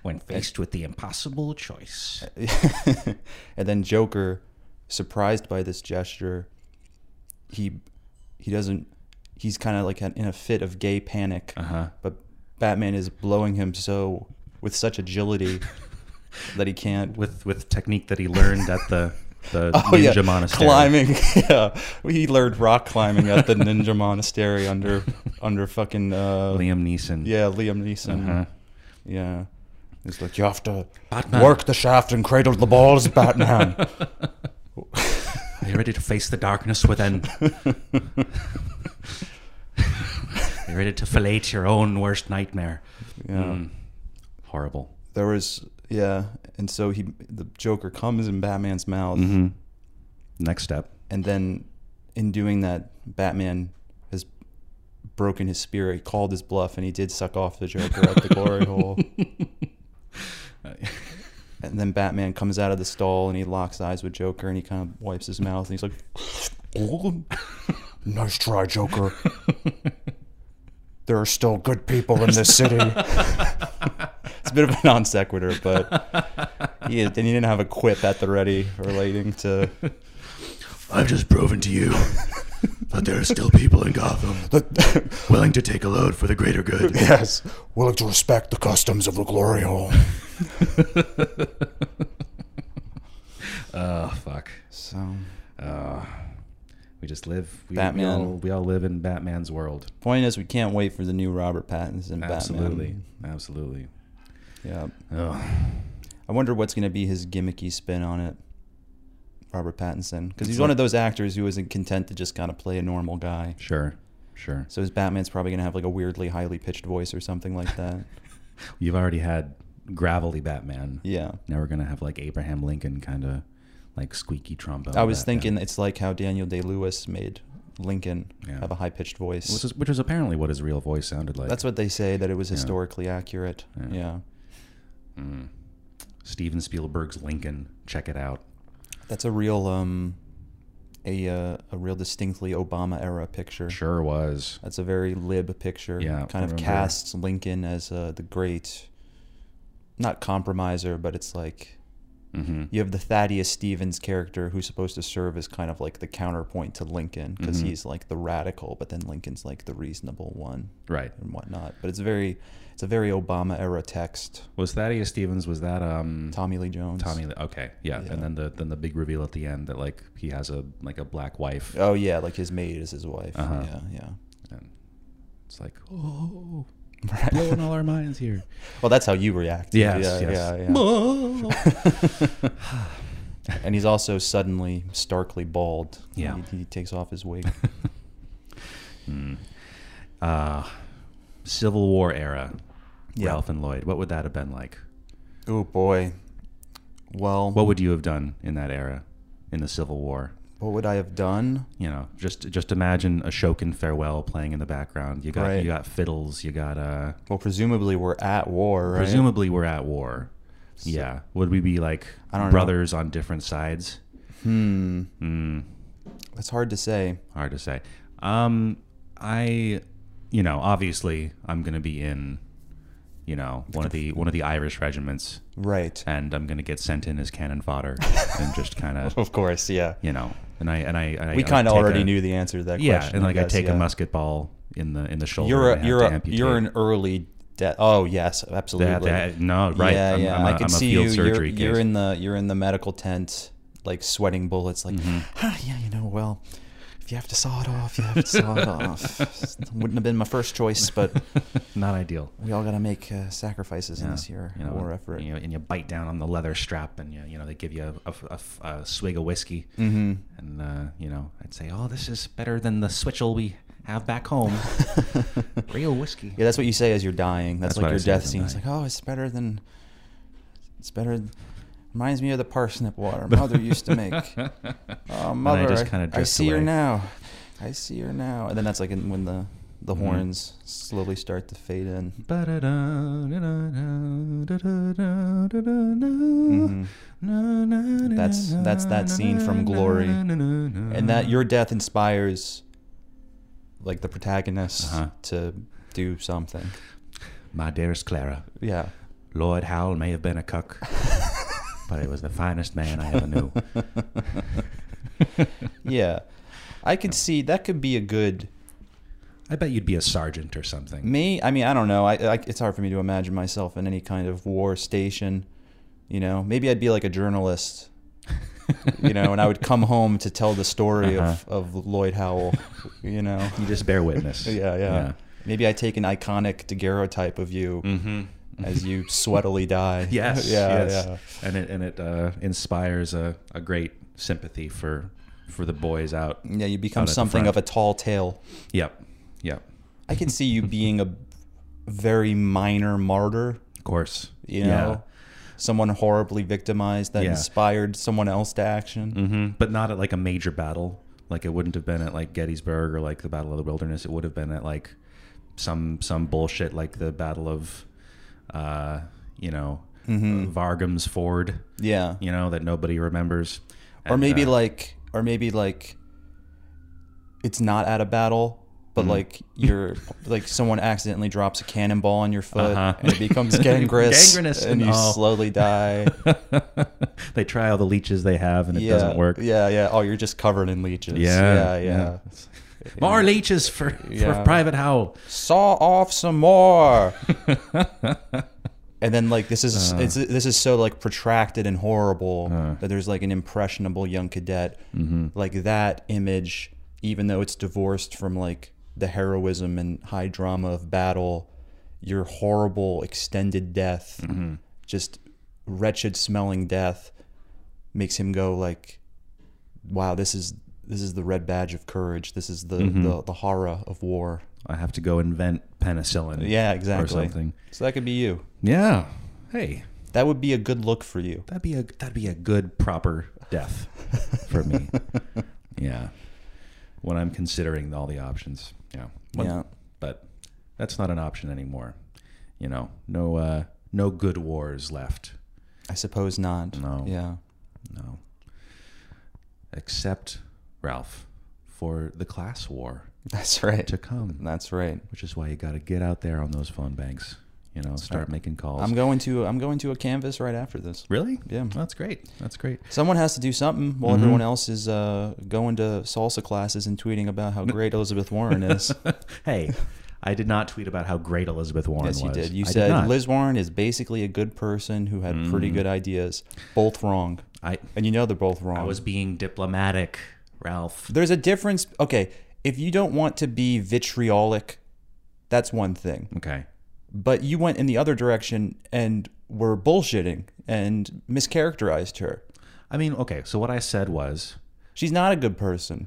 [SPEAKER 3] When faced with the impossible choice,
[SPEAKER 2] [laughs] and then Joker, surprised by this gesture, he he doesn't. He's kind of like in a fit of gay panic.
[SPEAKER 1] Uh-huh.
[SPEAKER 2] But Batman is blowing him so with
[SPEAKER 1] [laughs]
[SPEAKER 2] such agility that he can't.
[SPEAKER 1] With with technique that he learned at the the
[SPEAKER 2] [laughs] Oh,
[SPEAKER 1] ninja monastery.
[SPEAKER 2] climbing. [laughs] yeah, he learned rock climbing at the ninja monastery under
[SPEAKER 1] [laughs]
[SPEAKER 2] under fucking uh,
[SPEAKER 1] Liam Neeson.
[SPEAKER 2] Yeah, Liam Neeson.
[SPEAKER 1] Uh-huh.
[SPEAKER 2] Yeah, he's like,
[SPEAKER 4] You have to
[SPEAKER 1] Batman.
[SPEAKER 4] work the shaft and cradle the balls, Batman. [laughs]
[SPEAKER 1] Are you ready to face the darkness within?
[SPEAKER 2] [laughs]
[SPEAKER 1] Are you ready to fillet your own worst nightmare?
[SPEAKER 2] yeah.
[SPEAKER 1] Mm. Horrible.
[SPEAKER 2] there was yeah, and so he the Joker comes in Batman's mouth,
[SPEAKER 1] hmm Next step.
[SPEAKER 2] and then in doing that, Batman has broken his spirit, called his bluff, and he did suck off the Joker at the glory hole. And then Batman comes out of the stall and he locks eyes with Joker and he kind of wipes his mouth and he's like,
[SPEAKER 4] nice try, Joker. There are still good people in this city.
[SPEAKER 2] it's a bit of a non sequitur, but he, and he didn't have a quip at the ready relating to
[SPEAKER 4] I've just proven
[SPEAKER 1] [laughs]
[SPEAKER 4] to you that there are still people in Gotham [laughs] willing to take a load for the greater good. [laughs] [laughs] Yes, willing to respect the customs of the glory [laughs] hole.
[SPEAKER 1] Oh fuck.
[SPEAKER 2] so.
[SPEAKER 1] Uh, we just live. We,
[SPEAKER 2] Batman.
[SPEAKER 1] We all, we all live in Batman's world.
[SPEAKER 2] Point is, we can't wait for the new Robert Pattinson Batman.
[SPEAKER 1] Absolutely. Absolutely.
[SPEAKER 2] Yeah.
[SPEAKER 1] Ugh.
[SPEAKER 2] I wonder what's going to be his gimmicky spin on it, Robert Pattinson, because he's
[SPEAKER 1] It's
[SPEAKER 2] one
[SPEAKER 1] like-
[SPEAKER 2] of those actors who isn't content to just kind of play a normal guy.
[SPEAKER 1] Sure. Sure.
[SPEAKER 2] So his Batman's probably going to have like a weirdly highly pitched voice or something
[SPEAKER 1] [laughs]
[SPEAKER 2] like that.
[SPEAKER 1] You've already had gravelly Batman.
[SPEAKER 2] yeah.
[SPEAKER 1] Now we're gonna have like Abraham Lincoln kind of like squeaky trombone.
[SPEAKER 2] I was
[SPEAKER 1] Batman.
[SPEAKER 2] thinking it's like how Daniel Day Lewis made Lincoln
[SPEAKER 1] Yeah.
[SPEAKER 2] have a high pitched voice.
[SPEAKER 1] which is, which is apparently what his real voice sounded like.
[SPEAKER 2] That's what they say that it was
[SPEAKER 1] Yeah.
[SPEAKER 2] historically accurate.
[SPEAKER 1] Yeah.
[SPEAKER 2] Yeah.
[SPEAKER 1] Mm. Steven Spielberg's Lincoln. Check it out.
[SPEAKER 2] That's a real um a uh, a real distinctly Obama era picture.
[SPEAKER 1] Sure was.
[SPEAKER 2] That's a very lib picture.
[SPEAKER 1] Yeah, I
[SPEAKER 2] kind of
[SPEAKER 1] remember.
[SPEAKER 2] casts Lincoln as uh, the great, not compromiser, but it's like
[SPEAKER 1] Mm-hmm.
[SPEAKER 2] you have the Thaddeus Stevens character who's supposed to serve as kind of like the counterpoint to Lincoln because
[SPEAKER 1] Mhm.
[SPEAKER 2] he's like the radical, but then Lincoln's like the reasonable one
[SPEAKER 1] Right.
[SPEAKER 2] and whatnot. But it's very, it's a very Obama era text.
[SPEAKER 1] Was Thaddeus Stevens? Was that um
[SPEAKER 2] Tommy Lee Jones.
[SPEAKER 1] Tommy? Lee- Okay, yeah.
[SPEAKER 2] Yeah.
[SPEAKER 1] And then the then the big reveal at the end that like he has a like a black wife.
[SPEAKER 2] Oh yeah, like his maid is his wife.
[SPEAKER 1] Uh-huh.
[SPEAKER 2] Yeah, yeah.
[SPEAKER 1] And it's like oh, [laughs]
[SPEAKER 2] Right.
[SPEAKER 1] blowing all our minds here.
[SPEAKER 2] Well, that's how you react.
[SPEAKER 1] Yes,
[SPEAKER 2] yeah,
[SPEAKER 1] yes.
[SPEAKER 2] yeah, yeah.
[SPEAKER 3] Oh.
[SPEAKER 2] And he's also suddenly starkly bald.
[SPEAKER 1] Yeah.
[SPEAKER 2] He, he takes off
[SPEAKER 1] [laughs]
[SPEAKER 2] his wig.
[SPEAKER 1] Mm. Uh, Civil War era.
[SPEAKER 2] Yeah.
[SPEAKER 1] Ralph and Lloyd. What would that have been like?
[SPEAKER 2] oh boy. Well,
[SPEAKER 1] What would you have done in that era, in the Civil War?
[SPEAKER 2] what would I have done?
[SPEAKER 1] You know, just just imagine a Shokin farewell playing in the background. You got
[SPEAKER 2] Right.
[SPEAKER 1] you got fiddles. You got uh,
[SPEAKER 2] Well, presumably we're at war, right?
[SPEAKER 1] presumably we're at war. yeah, would we be like
[SPEAKER 2] I don't know.
[SPEAKER 1] brothers on different sides?
[SPEAKER 2] Hmm.
[SPEAKER 1] Mm,
[SPEAKER 2] That's hard to say.
[SPEAKER 1] hard to say. Um, I, you know, obviously I'm gonna be in, you know, one of the one of the Irish regiments,
[SPEAKER 2] Right. [laughs]
[SPEAKER 1] and I'm gonna get sent in as cannon fodder and just kind of,
[SPEAKER 2] Of course, yeah.
[SPEAKER 1] you know, and I and I, and I
[SPEAKER 2] we
[SPEAKER 1] I
[SPEAKER 2] kind of
[SPEAKER 1] take
[SPEAKER 2] already
[SPEAKER 1] a-
[SPEAKER 2] knew the answer to that
[SPEAKER 1] Yeah,
[SPEAKER 2] question.
[SPEAKER 1] and like I
[SPEAKER 2] guess,
[SPEAKER 1] take
[SPEAKER 2] yeah.
[SPEAKER 1] a musket ball in the in the shoulder.
[SPEAKER 2] You're
[SPEAKER 1] and I
[SPEAKER 2] a,
[SPEAKER 1] have
[SPEAKER 2] you're
[SPEAKER 1] to
[SPEAKER 2] a,
[SPEAKER 1] amputate.
[SPEAKER 2] you're an early death. Oh yes,
[SPEAKER 1] They have
[SPEAKER 2] absolutely.
[SPEAKER 1] to- no right.
[SPEAKER 2] Yeah,
[SPEAKER 1] I'm,
[SPEAKER 2] yeah.
[SPEAKER 1] I'm a-
[SPEAKER 2] I can
[SPEAKER 1] I'm a
[SPEAKER 2] see
[SPEAKER 1] field
[SPEAKER 2] you. You're,
[SPEAKER 1] Surgery case.
[SPEAKER 2] you're in the you're in the medical tent, like sweating bullets. Like,
[SPEAKER 1] Mm-hmm.
[SPEAKER 2] ah, yeah, you know, well, if you have to saw it off, you have to saw
[SPEAKER 1] [laughs]
[SPEAKER 2] it off. Wouldn't have been my first choice, but
[SPEAKER 1] not ideal.
[SPEAKER 2] we all got to make uh, sacrifices in this
[SPEAKER 1] Yeah,
[SPEAKER 2] here
[SPEAKER 1] you know,
[SPEAKER 2] war effort.
[SPEAKER 1] you know, and you bite down on the leather strap, and you, you know they give you a, a- a- a swig of whiskey,
[SPEAKER 2] Mhm.
[SPEAKER 1] and uh, you know I'd say, oh, this is better than the switchel we have back
[SPEAKER 3] [laughs]
[SPEAKER 1] home.
[SPEAKER 2] [laughs]
[SPEAKER 1] Real whiskey.
[SPEAKER 2] Yeah, that's what you say as you're dying. That's,
[SPEAKER 1] That's
[SPEAKER 2] like
[SPEAKER 1] what I
[SPEAKER 2] your
[SPEAKER 1] say as
[SPEAKER 2] death
[SPEAKER 1] I'm
[SPEAKER 2] scene. It's like,
[SPEAKER 1] dying.
[SPEAKER 2] oh, it's better than. It's better. Reminds me of the
[SPEAKER 1] [laughs]
[SPEAKER 2] parsnip water mother used to make. Oh,
[SPEAKER 1] And I
[SPEAKER 2] mother, I,
[SPEAKER 1] just kinda
[SPEAKER 2] I
[SPEAKER 1] drift
[SPEAKER 2] see her
[SPEAKER 1] away.
[SPEAKER 2] now. I see her now. And then that's like in- when the the
[SPEAKER 1] Mhm.
[SPEAKER 2] horns slowly start to fade in. Mhm.
[SPEAKER 1] That's
[SPEAKER 2] that's that scene from Glory. And
[SPEAKER 1] and
[SPEAKER 2] that your death inspires, like the protagonist
[SPEAKER 1] Uh-huh.
[SPEAKER 2] to do something.
[SPEAKER 1] my dearest Clara,
[SPEAKER 2] Yeah.
[SPEAKER 1] Lord Howell may have been a cuck, but he was the finest man I ever
[SPEAKER 2] [laughs]
[SPEAKER 1] knew.
[SPEAKER 2] yeah, I could see that could be a good.
[SPEAKER 1] I bet you'd be a sergeant or something.
[SPEAKER 2] Me, I mean, I don't know. I, I it's hard for me to imagine myself in any kind of war station. You know, maybe I'd be like a journalist. You know, and
[SPEAKER 1] [laughs]
[SPEAKER 2] I would come home to tell the story
[SPEAKER 1] Uh-huh.
[SPEAKER 2] of, of Lloyd Howell. You
[SPEAKER 1] [laughs]
[SPEAKER 2] know,
[SPEAKER 1] You just bear witness.
[SPEAKER 2] yeah, yeah, Maybe I take an iconic daguerreotype of you
[SPEAKER 1] Mm-hmm.
[SPEAKER 2] as you sweatily die.
[SPEAKER 1] [laughs] Yes.
[SPEAKER 2] yeah,
[SPEAKER 1] yes.
[SPEAKER 2] yeah.
[SPEAKER 1] And it and it uh, inspires a, a great sympathy for for the boys out.
[SPEAKER 2] Yeah, you
[SPEAKER 1] Out
[SPEAKER 2] become
[SPEAKER 1] at the
[SPEAKER 2] something
[SPEAKER 1] front.
[SPEAKER 2] of a tall tale.
[SPEAKER 1] Yep. Yep.
[SPEAKER 2] I can
[SPEAKER 1] [laughs]
[SPEAKER 2] see you being a very minor martyr
[SPEAKER 1] Of course.
[SPEAKER 2] you know someone horribly victimized that
[SPEAKER 1] Yeah.
[SPEAKER 2] inspired someone else to action
[SPEAKER 1] hmm But not at like a major battle. Like it wouldn't have been at like Gettysburg or like the Battle of the Wilderness. It would have been at like some some bullshit like the Battle of uh, you know,
[SPEAKER 2] Mm-hmm.
[SPEAKER 1] Vargum's Ford,
[SPEAKER 2] yeah
[SPEAKER 1] you know, that nobody remembers.
[SPEAKER 2] or
[SPEAKER 1] And,
[SPEAKER 2] maybe
[SPEAKER 1] uh,
[SPEAKER 2] like or maybe like it's not at a battle but
[SPEAKER 1] Mm-hmm.
[SPEAKER 2] like you're like someone accidentally drops a cannonball on your foot
[SPEAKER 1] Uh-huh.
[SPEAKER 2] and it
[SPEAKER 1] [laughs]
[SPEAKER 2] becomes gangrenous,
[SPEAKER 1] Gangrenous
[SPEAKER 2] and
[SPEAKER 1] and
[SPEAKER 2] you
[SPEAKER 1] all.
[SPEAKER 2] slowly die
[SPEAKER 1] they try all the leeches they have and it
[SPEAKER 2] yeah
[SPEAKER 1] [laughs] doesn't work.
[SPEAKER 2] yeah yeah oh you're just covered in leeches
[SPEAKER 1] Yeah,
[SPEAKER 2] yeah yeah,
[SPEAKER 1] More leeches for,
[SPEAKER 2] Yeah.
[SPEAKER 1] for Private Howell.
[SPEAKER 2] saw off some more and then like this is it's, this is so like protracted and horrible that there's like an impressionable young cadet like that image even though it's divorced from like the heroism and high drama of battle your horrible extended death just wretched smelling death makes him go like wow this is this is the red badge of courage this is the the, the horror of war
[SPEAKER 1] I have to go invent penicillin.
[SPEAKER 2] yeah exactly
[SPEAKER 1] Or something.
[SPEAKER 2] so that could be you
[SPEAKER 1] Yeah. Hey,
[SPEAKER 2] that would be a good look for you
[SPEAKER 1] that'd be a that'd be a good proper death for
[SPEAKER 2] [laughs]
[SPEAKER 1] me. yeah. When I'm considering all the options. Yeah. When-
[SPEAKER 2] Yeah.
[SPEAKER 1] But that's not an option anymore. You know, no uh no good wars left.
[SPEAKER 2] I suppose not.
[SPEAKER 1] No.
[SPEAKER 2] Yeah.
[SPEAKER 1] No. Except Ralph for the class war
[SPEAKER 2] [laughs] That's right.
[SPEAKER 1] to come,
[SPEAKER 2] That's right.
[SPEAKER 1] which is why you got to get out there on those phone banks, you know, start making calls.
[SPEAKER 2] I'm going to I'm going to a canvas right after this.
[SPEAKER 1] really?
[SPEAKER 2] Yeah.
[SPEAKER 1] That's great. That's great.
[SPEAKER 2] Someone has to do something while
[SPEAKER 1] Mm-hmm.
[SPEAKER 2] everyone else is uh, going to salsa classes and tweeting about how great Elizabeth Warren is.
[SPEAKER 1] [laughs] Hey, I did not tweet about how great Elizabeth Warren
[SPEAKER 2] yes, you
[SPEAKER 1] was.
[SPEAKER 2] did. You
[SPEAKER 1] I
[SPEAKER 2] said
[SPEAKER 1] not. Mm-hmm.
[SPEAKER 2] Liz Warren is basically a good person who had pretty good ideas. Both wrong.
[SPEAKER 1] I,
[SPEAKER 2] And you know they're both wrong.
[SPEAKER 1] I was being diplomatic, Ralph.
[SPEAKER 2] There's a difference. Okay, if you don't want to be vitriolic, that's one thing.
[SPEAKER 1] Okay.
[SPEAKER 2] but you went in the other direction and were bullshitting and mischaracterized her.
[SPEAKER 1] I mean, okay. So what I said was,
[SPEAKER 2] She's not a good person.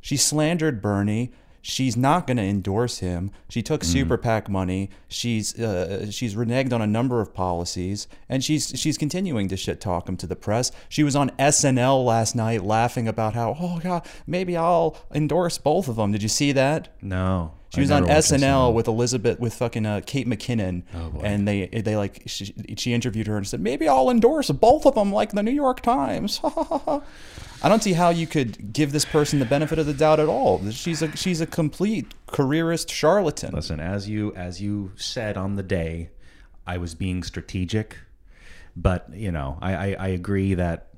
[SPEAKER 2] She slandered Bernie. She's not going to endorse him. She took super PAC money. She's uh, she's reneged on a number of policies, and she's she's continuing to shit talk him to the press. She was on SNL last night laughing about how oh god maybe I'll endorse both of them. Did you see that?
[SPEAKER 1] no.
[SPEAKER 2] She
[SPEAKER 1] I
[SPEAKER 2] was on
[SPEAKER 1] never watched Oh,
[SPEAKER 2] SNL with Elizabeth with fucking uh, Kate McKinnon, and they they like she, she interviewed her and said maybe I'll endorse both of them like the New York Times. [laughs] I don't see how you could give this person the benefit of the doubt at all. She's a she's a complete careerist charlatan.
[SPEAKER 1] Listen, as you as you said on the day, I was being strategic, but you know, I I, I agree that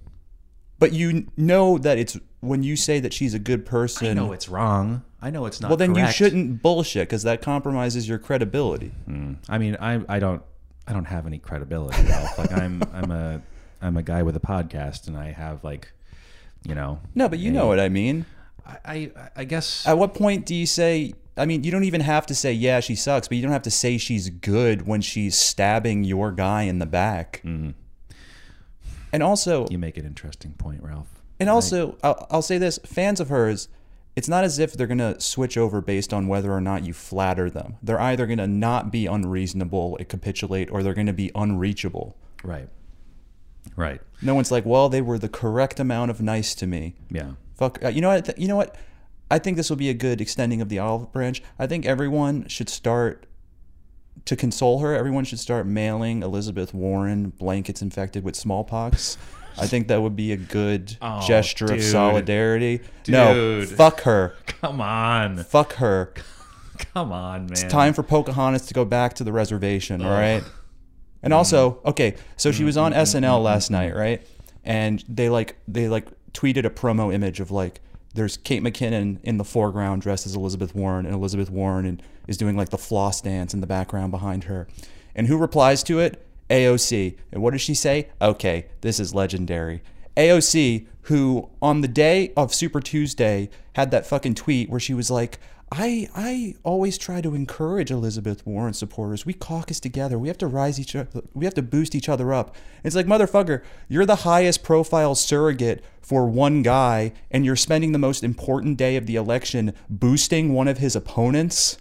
[SPEAKER 2] But you know that it's when you say that she's a good person.
[SPEAKER 1] I know it's wrong. I know it's not.
[SPEAKER 2] well, then
[SPEAKER 1] correct.
[SPEAKER 2] you shouldn't bullshit because that compromises your credibility.
[SPEAKER 1] I mean, I I don't I don't have any credibility. Ralph. like I'm I'm a I'm a guy with a podcast, and I have like, you know,
[SPEAKER 2] No, but you know what I mean.
[SPEAKER 1] I I, I guess
[SPEAKER 2] At what point do you say? I mean, you don't even have to say, yeah, she sucks, but you don't have to say she's good when she's stabbing your guy in the back. And also,
[SPEAKER 1] you make an interesting point, Ralph.
[SPEAKER 2] And also, I'll, I'll say this: fans of hers, it's not as if they're gonna switch over based on whether or not you flatter them. They're either gonna not be unreasonable, and capitulate, or they're gonna be unreachable.
[SPEAKER 1] Right. Right.
[SPEAKER 2] No one's like, "Well, they were the correct amount of nice to me."
[SPEAKER 1] Yeah.
[SPEAKER 2] Fuck. uh, You know what? you know what? I think this will be a good extending of the olive branch. I think everyone should start to console her. Everyone should start mailing Elizabeth Warren blankets infected with smallpox. I think that would be a good
[SPEAKER 1] [laughs] Oh,
[SPEAKER 2] gesture
[SPEAKER 1] dude.
[SPEAKER 2] of solidarity. No,
[SPEAKER 1] Dude.
[SPEAKER 2] fuck her.
[SPEAKER 1] Come on.
[SPEAKER 2] Fuck her.
[SPEAKER 1] Come on, man.
[SPEAKER 2] Time for Pocahontas to go back to the reservation, all right? And also, okay, so she was on SNL last night, right? And they like they like tweeted a promo image of like there's Kate McKinnon in the foreground dressed as Elizabeth Warren, and Elizabeth Warren and is doing like the floss dance in the background behind her. And who replies to it? AOC. And what does she say? Okay, this is legendary. AOC, who on the day of Super Tuesday had that fucking tweet where she was like, I, I always try to encourage Elizabeth Warren supporters. We caucus together. We have to rise each other. We have to boost each other up. It's like, motherfucker, you're the highest profile surrogate for one guy, and you're spending the most important day of the election boosting one of his opponents.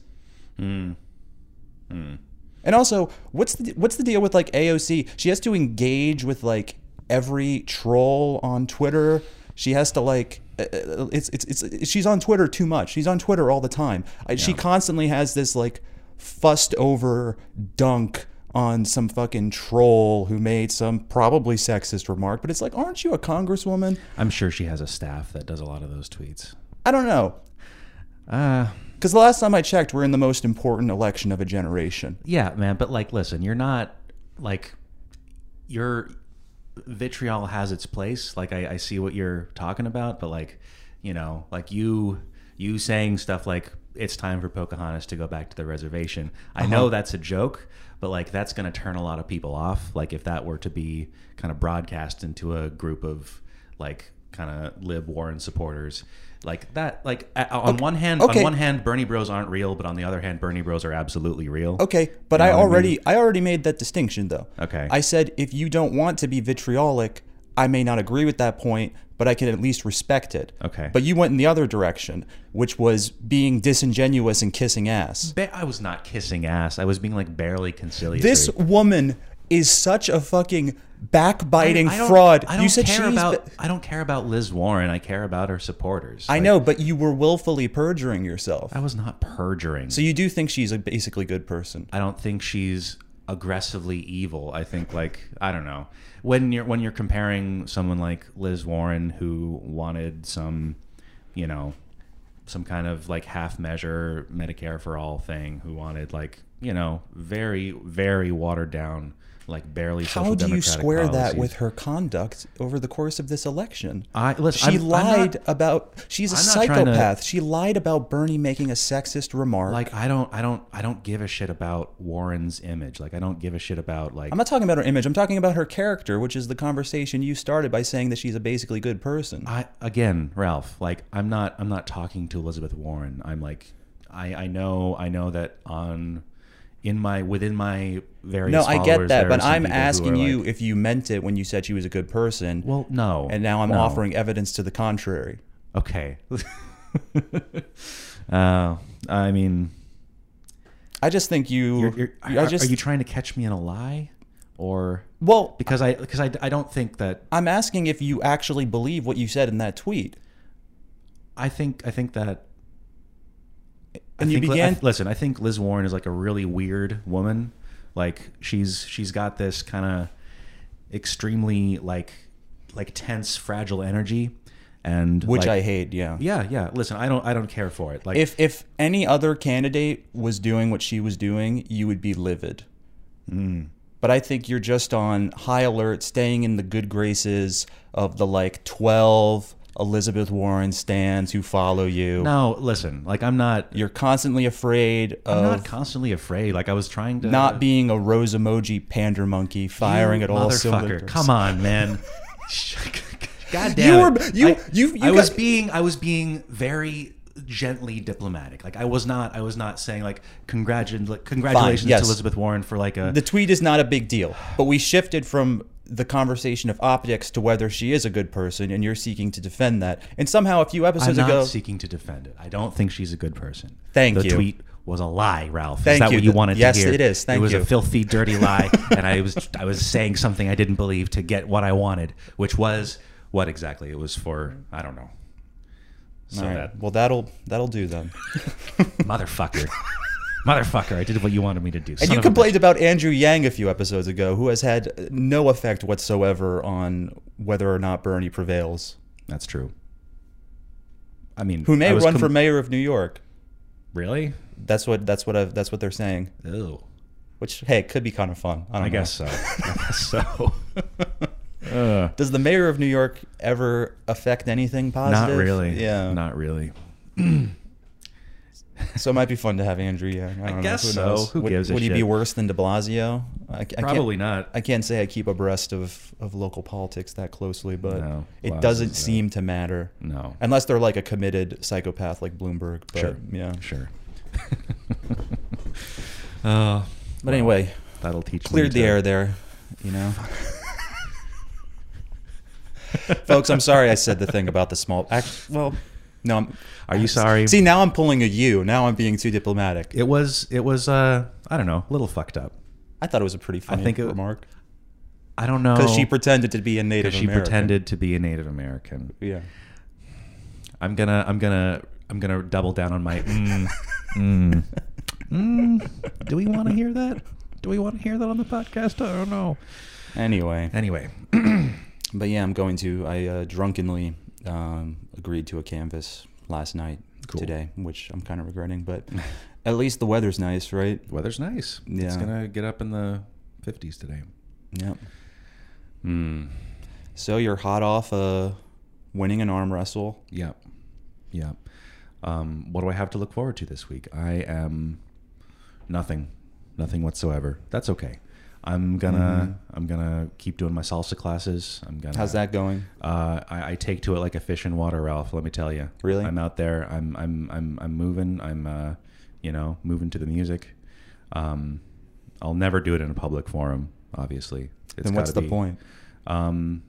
[SPEAKER 2] And also, what's the what's the deal with like AOC? She has to engage with like every troll on Twitter. She has to like uh, uh, it's it's it's she's on Twitter too much. She's on Twitter all the time. I She constantly has this like fussed over dunk on some fucking troll who made some probably sexist remark. But it's like, aren't you a congresswoman?
[SPEAKER 1] I'm sure she has a staff that does a lot of those tweets.
[SPEAKER 2] I don't know.
[SPEAKER 1] Uh,
[SPEAKER 2] Because the last time I checked, we're in the most important election of a generation.
[SPEAKER 1] yeah, man. But like, listen, you're not like your vitriol has its place. Like, I, I see what you're talking about, but like, you know, like you you saying stuff like it's time for Pocahontas to go back to the reservation. I know that's a joke, but like that's going to turn a lot of people off. Like, if that were to be kind of broadcast into a group of like kind of lib Warren supporters. Like that, like a- on one hand,
[SPEAKER 2] okay.
[SPEAKER 1] on one hand, Bernie Bros aren't real, but on the other hand, Bernie Bros are absolutely real.
[SPEAKER 2] Okay, but I already I, already made that distinction though.
[SPEAKER 1] Okay.
[SPEAKER 2] I said if you don't want to be vitriolic, I may not agree with that point, but I can at least respect it.
[SPEAKER 1] Okay.
[SPEAKER 2] But you went in the other direction, which was being disingenuous and kissing ass.
[SPEAKER 1] Ba- I was not kissing ass. I was being like barely conciliatory.
[SPEAKER 2] This woman is such a fucking backbiting
[SPEAKER 1] I don't-
[SPEAKER 2] fraud.
[SPEAKER 1] I don't
[SPEAKER 2] you said
[SPEAKER 1] care
[SPEAKER 2] she's
[SPEAKER 1] about.
[SPEAKER 2] ba-
[SPEAKER 1] I don't care about Liz Warren. I care about her supporters.
[SPEAKER 2] I
[SPEAKER 1] Like,
[SPEAKER 2] know, but you were willfully perjuring yourself.
[SPEAKER 1] I was not perjuring.
[SPEAKER 2] So you do think she's a basically good person.
[SPEAKER 1] I don't think she's aggressively evil. I think like I don't know when you're when you're comparing someone like Liz Warren who wanted some, you know, some kind of like half measure Medicare for all thing, who wanted like you know very very watered down like barely.
[SPEAKER 2] How
[SPEAKER 1] social
[SPEAKER 2] do you
[SPEAKER 1] democratic
[SPEAKER 2] square that
[SPEAKER 1] policies.
[SPEAKER 2] with her conduct over the course of this election?
[SPEAKER 1] I listen.
[SPEAKER 2] She
[SPEAKER 1] I'm- I'm not-
[SPEAKER 2] lied about. She's a
[SPEAKER 1] I'm not trying to-
[SPEAKER 2] psychopath. she lied about Bernie making a sexist remark.
[SPEAKER 1] like I don't I don't I don't give a shit about Warren's image. Like I don't give a shit about like
[SPEAKER 2] I'm not talking about her image. I'm talking about her character, which is the conversation you started by saying that she's a basically good person.
[SPEAKER 1] I again, Ralph, like I'm not I'm not talking to Elizabeth Warren. I'm like I I know I know that on in my within my various
[SPEAKER 2] no, I get
[SPEAKER 1] followers, there
[SPEAKER 2] that,
[SPEAKER 1] are
[SPEAKER 2] but
[SPEAKER 1] some
[SPEAKER 2] I'm
[SPEAKER 1] people who are
[SPEAKER 2] asking you
[SPEAKER 1] like,
[SPEAKER 2] if you meant it when you said she was a good person.
[SPEAKER 1] well, no.
[SPEAKER 2] and now I'm
[SPEAKER 1] no.
[SPEAKER 2] offering evidence to the contrary.
[SPEAKER 1] Okay. [laughs] uh, I mean,
[SPEAKER 2] I just think you.
[SPEAKER 1] you're, you're,
[SPEAKER 2] I
[SPEAKER 1] are-
[SPEAKER 2] just
[SPEAKER 1] are you trying to catch me in a lie or
[SPEAKER 2] well.
[SPEAKER 1] because I because I, I don't think that
[SPEAKER 2] I'm asking if you actually believe what you said in that tweet.
[SPEAKER 1] I think I think that
[SPEAKER 2] And
[SPEAKER 1] I
[SPEAKER 2] you
[SPEAKER 1] think, li- I
[SPEAKER 2] began
[SPEAKER 1] th- listen, I think Liz Warren is like a really weird woman. Like she's she's got this kind of extremely like like tense, fragile energy, and
[SPEAKER 2] which
[SPEAKER 1] like-
[SPEAKER 2] I hate, yeah.
[SPEAKER 1] Yeah, yeah. Listen, I don't I don't care for it. Like
[SPEAKER 2] If if
[SPEAKER 1] Hmm.
[SPEAKER 2] any other candidate was doing what she was doing, you would be livid. but I think you're just on high alert, staying in the good graces of the like 12 Elizabeth Warren stands who follow you.
[SPEAKER 1] No, listen. Like I'm not.
[SPEAKER 2] You're constantly afraid
[SPEAKER 1] I'm
[SPEAKER 2] of
[SPEAKER 1] not constantly afraid. Like I was trying to
[SPEAKER 2] not being a rose emoji pander monkey firing
[SPEAKER 1] You
[SPEAKER 2] at all
[SPEAKER 1] motherfucker.
[SPEAKER 2] cylinders.
[SPEAKER 1] Come on,
[SPEAKER 2] [laughs]
[SPEAKER 1] man. God
[SPEAKER 2] You
[SPEAKER 1] damn
[SPEAKER 2] were-
[SPEAKER 1] it.
[SPEAKER 2] you-
[SPEAKER 1] I,
[SPEAKER 2] you- you
[SPEAKER 1] I was
[SPEAKER 2] got-
[SPEAKER 1] being I was being very gently diplomatic. Like I was not I was not saying like congratu- like, congratulations
[SPEAKER 2] yes.
[SPEAKER 1] to Elizabeth Warren for like a
[SPEAKER 2] The tweet is not a big deal, but we shifted from the conversation of optics to whether she is a good person, and you're seeking to defend that. And somehow, a few
[SPEAKER 1] I'm
[SPEAKER 2] episodes
[SPEAKER 1] not
[SPEAKER 2] ago,
[SPEAKER 1] seeking to defend it. I don't think she's a good person.
[SPEAKER 2] Thank
[SPEAKER 1] the
[SPEAKER 2] you.
[SPEAKER 1] The tweet was a lie, Ralph.
[SPEAKER 2] Thank
[SPEAKER 1] is that
[SPEAKER 2] you.
[SPEAKER 1] what you wanted
[SPEAKER 2] Yes,
[SPEAKER 1] to hear?
[SPEAKER 2] it is. Thank
[SPEAKER 1] it was
[SPEAKER 2] you.
[SPEAKER 1] a filthy, dirty [laughs] lie, and I was I was saying something I didn't believe to get what I wanted, which was what exactly? It was for I don't know. So
[SPEAKER 2] All right,
[SPEAKER 1] that
[SPEAKER 2] well, that'll that'll
[SPEAKER 1] [laughs]
[SPEAKER 2] do then.
[SPEAKER 1] motherfucker, motherfucker, I did what you wanted me to do.
[SPEAKER 2] And you complained about Andrew Yang a few episodes ago, who has had no effect whatsoever on whether or not Bernie prevails.
[SPEAKER 1] That's true. I mean,
[SPEAKER 2] Who may
[SPEAKER 1] I was
[SPEAKER 2] run
[SPEAKER 1] com-
[SPEAKER 2] for mayor of New York?
[SPEAKER 1] Really?
[SPEAKER 2] That's what that's what I've, that's what they're saying.
[SPEAKER 1] Ew.
[SPEAKER 2] Which hey, it could be kind of fun. I don't
[SPEAKER 1] I
[SPEAKER 2] know.
[SPEAKER 1] guess so. I guess
[SPEAKER 2] [laughs]
[SPEAKER 1] so. Uh,
[SPEAKER 2] Does the mayor of New York ever affect anything
[SPEAKER 1] not
[SPEAKER 2] positive?
[SPEAKER 1] really.
[SPEAKER 2] Yeah.
[SPEAKER 1] Not really.
[SPEAKER 2] So it might be fun to have Andrew Yang. I, don't know.
[SPEAKER 1] guess
[SPEAKER 2] Who
[SPEAKER 1] so.
[SPEAKER 2] Knows?
[SPEAKER 1] Who
[SPEAKER 2] would,
[SPEAKER 1] gives a
[SPEAKER 2] Would he be
[SPEAKER 1] shit?
[SPEAKER 2] worse than De Blasio? I, I
[SPEAKER 1] Probably
[SPEAKER 2] Can't,
[SPEAKER 1] not.
[SPEAKER 2] I can't say I keep abreast of, of local politics that closely, but
[SPEAKER 1] No,
[SPEAKER 2] it
[SPEAKER 1] Blasio's
[SPEAKER 2] doesn't
[SPEAKER 1] not.
[SPEAKER 2] seem to matter.
[SPEAKER 1] No.
[SPEAKER 2] Unless they're like a committed psychopath like Bloomberg. But,
[SPEAKER 1] Sure.
[SPEAKER 2] Yeah. [laughs]
[SPEAKER 1] Sure. uh,
[SPEAKER 2] But anyway,
[SPEAKER 1] that'll teach.
[SPEAKER 2] cleared
[SPEAKER 1] me
[SPEAKER 2] the
[SPEAKER 1] to-
[SPEAKER 2] air there, you know. [laughs] Folks, I'm sorry I said the thing about the small. Act, well, no. I'm,
[SPEAKER 1] Are you sorry?
[SPEAKER 2] See, now I'm pulling a you. Now I'm being too diplomatic.
[SPEAKER 1] it was. It was. Uh, I don't know. A little fucked up.
[SPEAKER 2] I thought it was a pretty funny
[SPEAKER 1] think it-
[SPEAKER 2] remark
[SPEAKER 1] I don't know.
[SPEAKER 2] because she pretended to be a Native
[SPEAKER 1] Oh. 'cause she
[SPEAKER 2] American.
[SPEAKER 1] pretended to be a Native American. [laughs]
[SPEAKER 2] Yeah.
[SPEAKER 1] I'm gonna. I'm gonna. I'm gonna double down on my. Mm, [laughs]
[SPEAKER 4] Hmm.
[SPEAKER 1] mm, mm. Do we want to hear that? Do we want to hear that on the podcast? I don't know.
[SPEAKER 2] Anyway,
[SPEAKER 1] Anyway,
[SPEAKER 2] but yeah, I'm going to. I uh, drunkenly um, agreed to a canvas last night
[SPEAKER 1] Cool.
[SPEAKER 2] today, which I'm kind of
[SPEAKER 1] [laughs]
[SPEAKER 2] regretting. But at least the weather's nice, right?
[SPEAKER 1] weather's nice. It's
[SPEAKER 2] Yeah.
[SPEAKER 1] gonna get up in the 50s today.
[SPEAKER 2] Yep.
[SPEAKER 1] Mm.
[SPEAKER 2] Hmm. So you're hot off uh, winning an arm wrestle.
[SPEAKER 1] Yeah. Yeah. Um, what do I have to look forward to this week? I am nothing. Nothing whatsoever. That's okay. I'm gonna I'm gonna keep doing my salsa classes. I'm gonna
[SPEAKER 2] Mm-hmm. How's that going?
[SPEAKER 1] Uh, I, I take to it like a fish in water, Ralph. Let me tell you.
[SPEAKER 2] Really?
[SPEAKER 1] I'm out there. I'm I'm I'm I'm moving. I'm uh, you know, moving to the music. Um, I'll never do it in a public forum, obviously. It's
[SPEAKER 2] Then what's
[SPEAKER 1] gotta
[SPEAKER 2] the
[SPEAKER 1] be-
[SPEAKER 2] point?
[SPEAKER 1] um,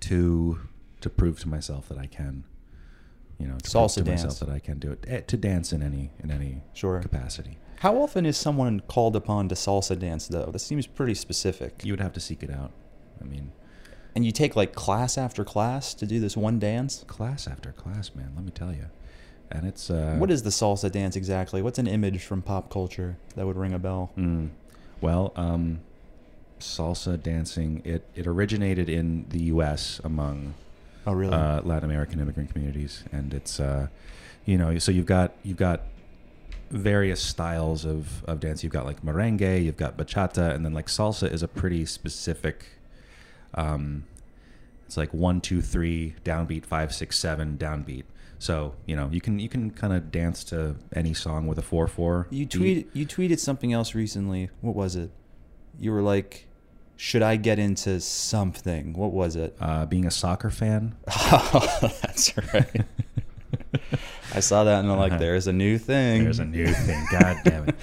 [SPEAKER 1] to to prove to myself that I can, you know, to prove
[SPEAKER 2] Salsa
[SPEAKER 1] to
[SPEAKER 2] dance.
[SPEAKER 1] myself that I can do it, eh, to dance in any in any
[SPEAKER 2] Sure.
[SPEAKER 1] capacity.
[SPEAKER 2] How often is someone called upon to salsa dance though? That seems pretty specific.
[SPEAKER 1] You would have to seek it out. I mean,
[SPEAKER 2] and you take like class after class to do this one dance.
[SPEAKER 1] class after class, man. Let me tell you, and it's uh,
[SPEAKER 2] What is the salsa dance exactly? What's an image from pop culture that would ring a bell?
[SPEAKER 1] Mm. Well, um, salsa dancing it it originated in the U.S. among
[SPEAKER 2] Oh, really?
[SPEAKER 1] uh, Latin American immigrant communities, and it's uh, you know so you've got you've got various styles of, of dance. You've got like merengue, you've got bachata, and then like salsa is a pretty specific. Um, it's like one, two, three, downbeat, five, six, seven, downbeat. So you know you can you can kind of dance to any song with a four four.
[SPEAKER 2] you
[SPEAKER 1] beat.
[SPEAKER 2] tweet you tweeted something else recently. What was it? You were like, "Should I get into something?" What was it?
[SPEAKER 1] uh, being a soccer
[SPEAKER 2] [laughs]
[SPEAKER 1] fan.
[SPEAKER 2] Oh, [laughs] that's
[SPEAKER 1] [laughs]
[SPEAKER 2] right. I saw that and I'm like,
[SPEAKER 1] Uh-huh.
[SPEAKER 2] "There's a new thing."
[SPEAKER 1] There's a new thing. God damn it.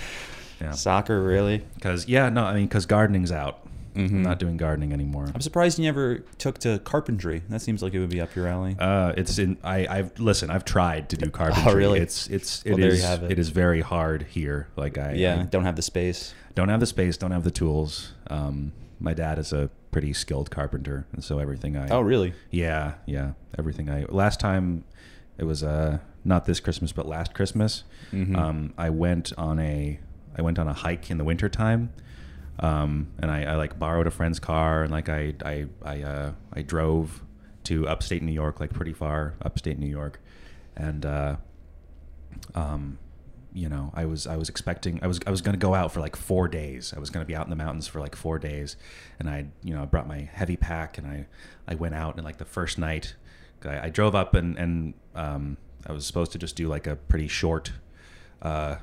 [SPEAKER 1] Yeah.
[SPEAKER 2] [laughs] Soccer, really?
[SPEAKER 1] Because yeah, no, I mean, because gardening's out.
[SPEAKER 2] Mhm.
[SPEAKER 1] I'm not doing gardening anymore.
[SPEAKER 2] I'm surprised you never took to carpentry. That seems like it would be up your alley.
[SPEAKER 1] Uh, it's in. I, I've listen. I've tried to do carpentry.
[SPEAKER 2] Oh, really?
[SPEAKER 1] It's it's it
[SPEAKER 2] Well, there you
[SPEAKER 1] is-
[SPEAKER 2] have it.
[SPEAKER 1] it is very hard here. Like I
[SPEAKER 2] yeah,
[SPEAKER 1] I
[SPEAKER 2] don't have the space.
[SPEAKER 1] don't have the space. Don't have the tools. Um, my dad is a pretty skilled carpenter, and so everything I
[SPEAKER 2] Oh, really?
[SPEAKER 1] Yeah, yeah. Everything I last time it was uh not this Christmas but last Christmas. Um, I went on a I went on a hike in the wintertime. Um, and I, I like borrowed a friend's car and like I I I uh, I drove to upstate New York like pretty far upstate New York, and uh, um, you know, I was I was expecting I was I was going to go out for like 4 days. I was going to be out in the mountains for like 4 days and I, you know, I brought my heavy pack and I I went out and like the first night I, I drove up and and um I was supposed to just do like a pretty short uh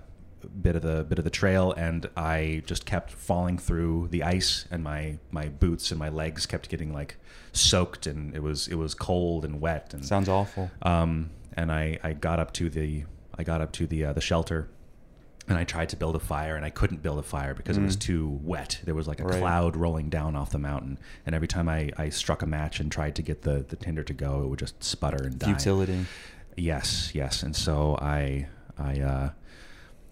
[SPEAKER 1] bit of the bit of the trail and I just kept falling through the ice and my my boots and my legs kept getting like soaked and it was it was cold and wet and
[SPEAKER 2] Sounds awful.
[SPEAKER 1] um, and I, I got up to the I got up to the uh, the shelter, and I tried to build a fire, and I couldn't build a fire because it was too wet. There was like a
[SPEAKER 2] Mm. Right.
[SPEAKER 1] cloud rolling down off the mountain, and every time I, I struck a match and tried to get the, the tinder to go, it would just sputter and die.
[SPEAKER 2] Futility.
[SPEAKER 1] Yes, yes, and so I I uh,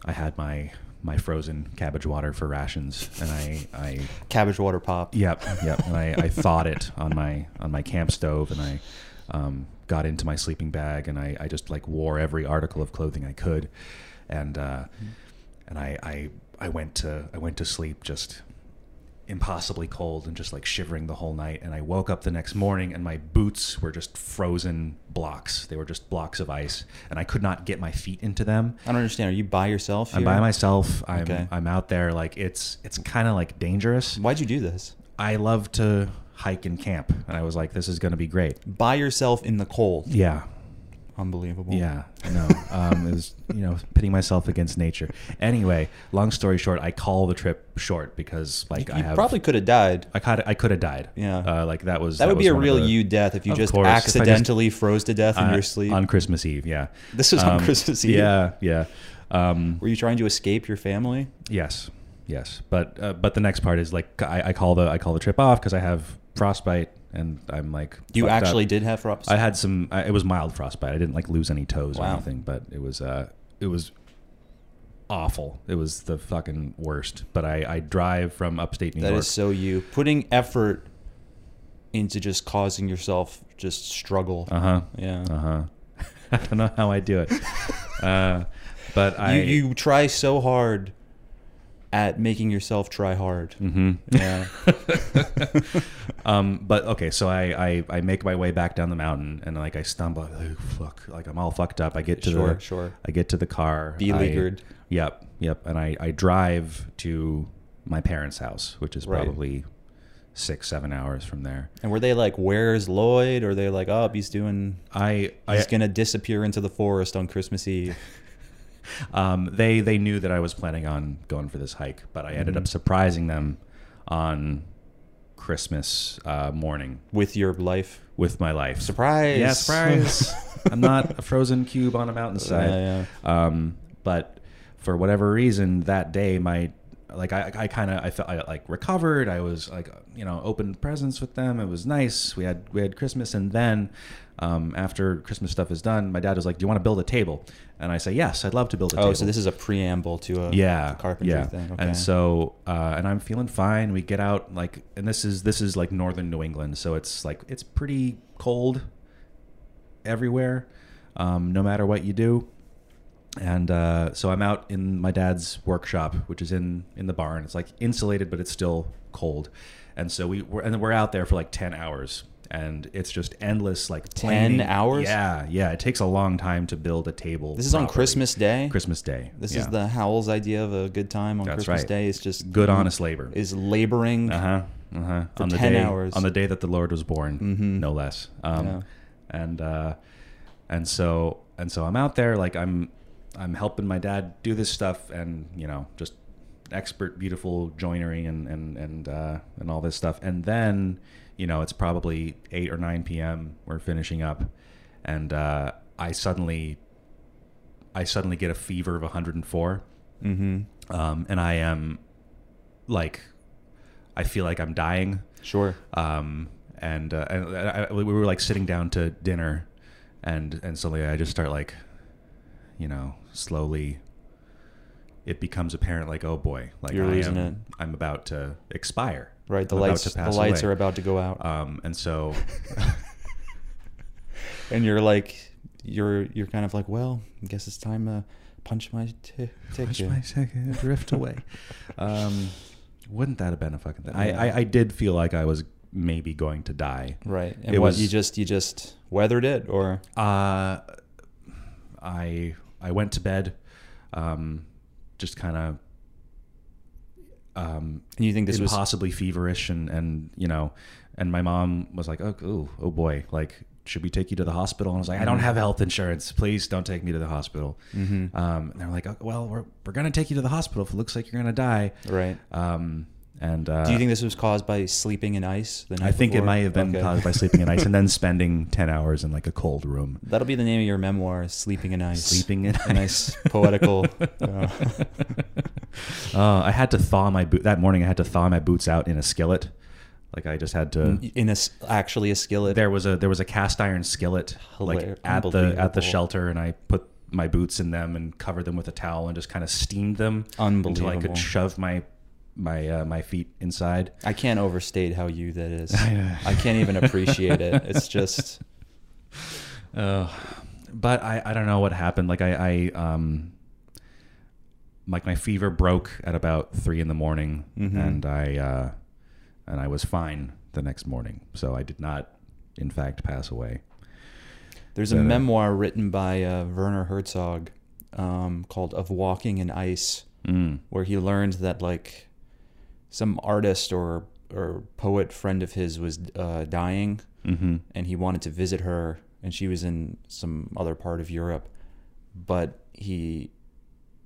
[SPEAKER 1] I had my my frozen cabbage water for rations, and I I
[SPEAKER 2] Cabbage water pop.
[SPEAKER 1] Yep, yep. And I, I thawed it on my on my camp stove, and I um, got into my sleeping bag, and I, I just like wore every article of clothing I could, and uh, and I, I I went to I went to sleep just impossibly cold and just like shivering the whole night and I woke up the next morning and my boots were just frozen blocks they were just blocks of ice and I could not get my feet into them
[SPEAKER 2] I don't understand. Are you by yourself?
[SPEAKER 1] I'm
[SPEAKER 2] here?
[SPEAKER 1] by myself I'm
[SPEAKER 2] Okay.
[SPEAKER 1] I'm out there like it's it's kind of like dangerous
[SPEAKER 2] Why'd you do this?
[SPEAKER 1] I love to hike and camp, and I was like, this is going to be great.
[SPEAKER 2] By yourself in the cold.
[SPEAKER 1] Yeah,
[SPEAKER 2] Unbelievable.
[SPEAKER 1] yeah,
[SPEAKER 2] [laughs]
[SPEAKER 1] no, um, it was you know pitting myself against nature. Anyway, long story short, I call the trip short because like
[SPEAKER 2] You
[SPEAKER 1] I have,
[SPEAKER 2] probably could have died.
[SPEAKER 1] I could I could have died.
[SPEAKER 2] Yeah.
[SPEAKER 1] uh, like that was
[SPEAKER 2] That, would
[SPEAKER 1] was
[SPEAKER 2] be a
[SPEAKER 1] one of
[SPEAKER 2] real
[SPEAKER 1] the-
[SPEAKER 2] you death if you
[SPEAKER 1] Of
[SPEAKER 2] just
[SPEAKER 1] course, if I just-
[SPEAKER 2] accidentally froze to death in
[SPEAKER 1] uh,
[SPEAKER 2] your sleep.
[SPEAKER 1] on Christmas Eve. Yeah, Um,
[SPEAKER 2] This was on Christmas Eve?
[SPEAKER 1] Yeah, yeah. Um,
[SPEAKER 2] Were you trying to escape your family?
[SPEAKER 1] Yes, yes, but uh, but the next part is like I, I call the I call the trip off because I have frostbite and I'm like
[SPEAKER 2] You
[SPEAKER 1] fucked up.
[SPEAKER 2] actually did have frost.
[SPEAKER 1] I had some. I, it was mild frostbite. I didn't like lose any toes or
[SPEAKER 2] Wow.
[SPEAKER 1] anything, but it was uh, it was awful. It was the fucking worst. But I I drive from upstate New
[SPEAKER 2] That
[SPEAKER 1] York.
[SPEAKER 2] is so you putting effort into just causing yourself just struggle.
[SPEAKER 1] uh huh.
[SPEAKER 2] Yeah.
[SPEAKER 1] Uh huh. [laughs] I don't know how I do
[SPEAKER 2] [laughs]
[SPEAKER 1] it, uh, but I.
[SPEAKER 2] you you try so hard at making yourself try hard.
[SPEAKER 1] Mhm.
[SPEAKER 2] Yeah.
[SPEAKER 1] Mm-hmm.
[SPEAKER 2] [laughs]
[SPEAKER 1] um, but okay, so I, I I make my way back down the mountain and like I stumble, like, fuck, like I'm all fucked up. I get to
[SPEAKER 2] Sure,
[SPEAKER 1] the
[SPEAKER 2] sure.
[SPEAKER 1] I get to the car, I-
[SPEAKER 2] Beleaguered.
[SPEAKER 1] yep, yep, and I I drive to my parents' house, which is
[SPEAKER 2] Right.
[SPEAKER 1] probably six seven hours from there.
[SPEAKER 2] And were they like, "Where's Lloyd?" Or they like, "Oh, he's doing,
[SPEAKER 1] I I
[SPEAKER 2] he's gonna disappear into the forest on Christmas
[SPEAKER 1] [laughs]
[SPEAKER 2] Eve."
[SPEAKER 1] um, they they knew that I was planning on going for this hike, but I
[SPEAKER 2] Mm-hmm.
[SPEAKER 1] ended up surprising them on Christmas uh, morning
[SPEAKER 2] with your life.
[SPEAKER 1] with my life.
[SPEAKER 2] Surprise!
[SPEAKER 1] Yeah,
[SPEAKER 2] [laughs]
[SPEAKER 1] surprise. I'm not a frozen cube on a mountainside.
[SPEAKER 2] Yeah,
[SPEAKER 1] Um, but for whatever reason, that day, my like I, I kind of I felt I like recovered. I was like you know opened presents with them. It was nice. We had we had Christmas, and then um, after Christmas stuff is done, my dad was like, "Do you want to build a table?" And I say, "Yes, I'd love to build a
[SPEAKER 2] oh,
[SPEAKER 1] table."
[SPEAKER 2] so this is a preamble to a
[SPEAKER 1] yeah
[SPEAKER 2] to carpentry
[SPEAKER 1] yeah.
[SPEAKER 2] thing. Okay.
[SPEAKER 1] and so uh, and i'm feeling fine we get out like and this is this is like northern new england so it's like it's pretty cold everywhere um, no matter what you do and uh, so i'm out in my dad's workshop which is in in the barn it's like insulated but it's still cold and so we were and we're out there for like 10 hours and it's just endless like
[SPEAKER 2] 10
[SPEAKER 1] planing.
[SPEAKER 2] hours?
[SPEAKER 1] yeah yeah it takes a long time to build a table
[SPEAKER 2] this is on
[SPEAKER 1] properly.
[SPEAKER 2] Christmas Day.
[SPEAKER 1] christmas day
[SPEAKER 2] This
[SPEAKER 1] yeah.
[SPEAKER 2] is the Howells idea of a good time on
[SPEAKER 1] That's
[SPEAKER 2] Christmas
[SPEAKER 1] right.
[SPEAKER 2] Day. It's just
[SPEAKER 1] good honest labor
[SPEAKER 2] is laboring.
[SPEAKER 1] Uh huh. Uh huh.
[SPEAKER 2] For
[SPEAKER 1] on the
[SPEAKER 2] 10
[SPEAKER 1] day,
[SPEAKER 2] hours.
[SPEAKER 1] On the day that the Lord was born,
[SPEAKER 2] Mhm.
[SPEAKER 1] no less. Um,
[SPEAKER 2] Yeah.
[SPEAKER 1] And uh, and so and so I'm out there like I'm I'm helping my dad do this stuff and you know just expert beautiful joinery and and and uh, and all this stuff and then you know it's probably eight or nine p.m. We're finishing up and uh, I suddenly I suddenly get a fever of 104
[SPEAKER 2] Mm-hmm.
[SPEAKER 1] um, and I am like I feel like I'm dying.
[SPEAKER 2] Sure.
[SPEAKER 1] Um, and uh, and I, I- we were like sitting down to dinner, and and suddenly I just start like, you know, slowly. It becomes apparent, like, oh boy, like
[SPEAKER 2] You're
[SPEAKER 1] I
[SPEAKER 2] losing
[SPEAKER 1] am,
[SPEAKER 2] it.
[SPEAKER 1] I'm about to expire.
[SPEAKER 2] Right. The
[SPEAKER 1] I'm about
[SPEAKER 2] lights.
[SPEAKER 1] to
[SPEAKER 2] The
[SPEAKER 1] pass
[SPEAKER 2] lights
[SPEAKER 1] away.
[SPEAKER 2] are about to go out,
[SPEAKER 1] Um, and
[SPEAKER 2] [laughs]
[SPEAKER 1] so,
[SPEAKER 2] and you're like, you're you're kind of like, well, I guess it's time to punch my ti- ticket.
[SPEAKER 1] Watch my second [laughs] drift [laughs]
[SPEAKER 2] [laughs]
[SPEAKER 1] away. um, wouldn't that have been a fucking thing?
[SPEAKER 2] Yeah.
[SPEAKER 1] I, I I did feel like I was maybe going to die.
[SPEAKER 2] Right. And
[SPEAKER 1] It
[SPEAKER 2] what,
[SPEAKER 1] was-
[SPEAKER 2] you just you just weathered it, or
[SPEAKER 1] Uh, I I went to bed. um, just kind of um,
[SPEAKER 2] And you think this was
[SPEAKER 1] impossibly feverish and and you know and my mom was like oh ooh, oh boy like should we take you to the hospital and I was like I don't
[SPEAKER 2] Mm-hmm.
[SPEAKER 1] have health insurance please don't take me to the hospital um, and they're like oh, well we're, we're gonna take you to the hospital if it looks like you're gonna die
[SPEAKER 2] right?
[SPEAKER 1] um, and uh,
[SPEAKER 2] Do you think this was caused by sleeping in ice? The night
[SPEAKER 1] I think it
[SPEAKER 2] before?
[SPEAKER 1] might have been
[SPEAKER 2] Okay.
[SPEAKER 1] caused by sleeping
[SPEAKER 2] [laughs]
[SPEAKER 1] in ice and then spending ten hours in like a cold room
[SPEAKER 2] That'll be the name of your memoir: is "Sleeping in Ice."
[SPEAKER 1] sleeping [laughs] in
[SPEAKER 2] A
[SPEAKER 1] ice.
[SPEAKER 2] nice
[SPEAKER 1] [laughs]
[SPEAKER 2] [laughs] poetical. uh,
[SPEAKER 1] Uh, I had to thaw my boot that morning. I had to thaw my boots out in a skillet. Like I just had to.
[SPEAKER 2] in a s- actually a skillet.
[SPEAKER 1] There was a there was a cast iron skillet like
[SPEAKER 2] Hilar-
[SPEAKER 1] at the at the
[SPEAKER 2] unbelievable.
[SPEAKER 1] shelter, and I put my boots in them and covered them with a towel and just kind of steamed them until I
[SPEAKER 2] Unbelievable.
[SPEAKER 1] could shove my my uh, my feet inside.
[SPEAKER 2] I can't overstate how you that
[SPEAKER 1] [laughs]
[SPEAKER 2] is.
[SPEAKER 1] I-
[SPEAKER 2] I can't even appreciate it. It's just
[SPEAKER 1] but I, I don't know what happened. Like I, I um like my fever broke at about three in the morning
[SPEAKER 2] Mm-hmm.
[SPEAKER 1] and I uh and I was fine the next morning. So I did not in fact pass away.
[SPEAKER 2] there's a memoir written by uh, Werner Herzog um, called "Of Walking in Ice,"
[SPEAKER 1] Mm.
[SPEAKER 2] where he learned that like some artist or or poet friend of his was uh, dying,
[SPEAKER 1] Mm-hmm.
[SPEAKER 2] and he wanted to visit her, and she was in some other part of Europe, but he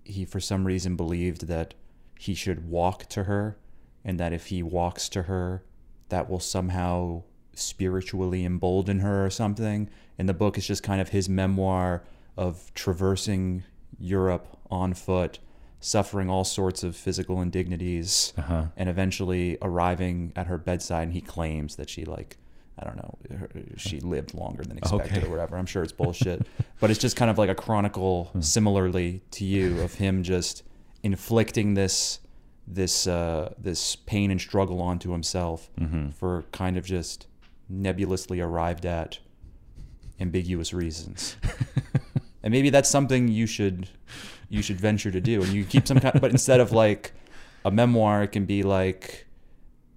[SPEAKER 2] he for some reason believed that he should walk to her, and that if he walks to her, that will somehow spiritually embolden her or something. And the book is just kind of his memoir of traversing Europe on foot, suffering all sorts of physical indignities
[SPEAKER 1] Uh-huh.
[SPEAKER 2] and eventually arriving at her bedside and he claims that she like i don't know her, she lived longer than expected
[SPEAKER 1] Okay.
[SPEAKER 2] or whatever i'm sure it's bullshit [laughs] but it's just kind of like a chronicle similarly to you of him just inflicting this this uh, this pain and struggle onto himself for kind of just nebulously arrived at ambiguous
[SPEAKER 3] [laughs]
[SPEAKER 2] reasons and maybe that's something you should you should venture to do and you keep some kind but instead of like a memoir it can be like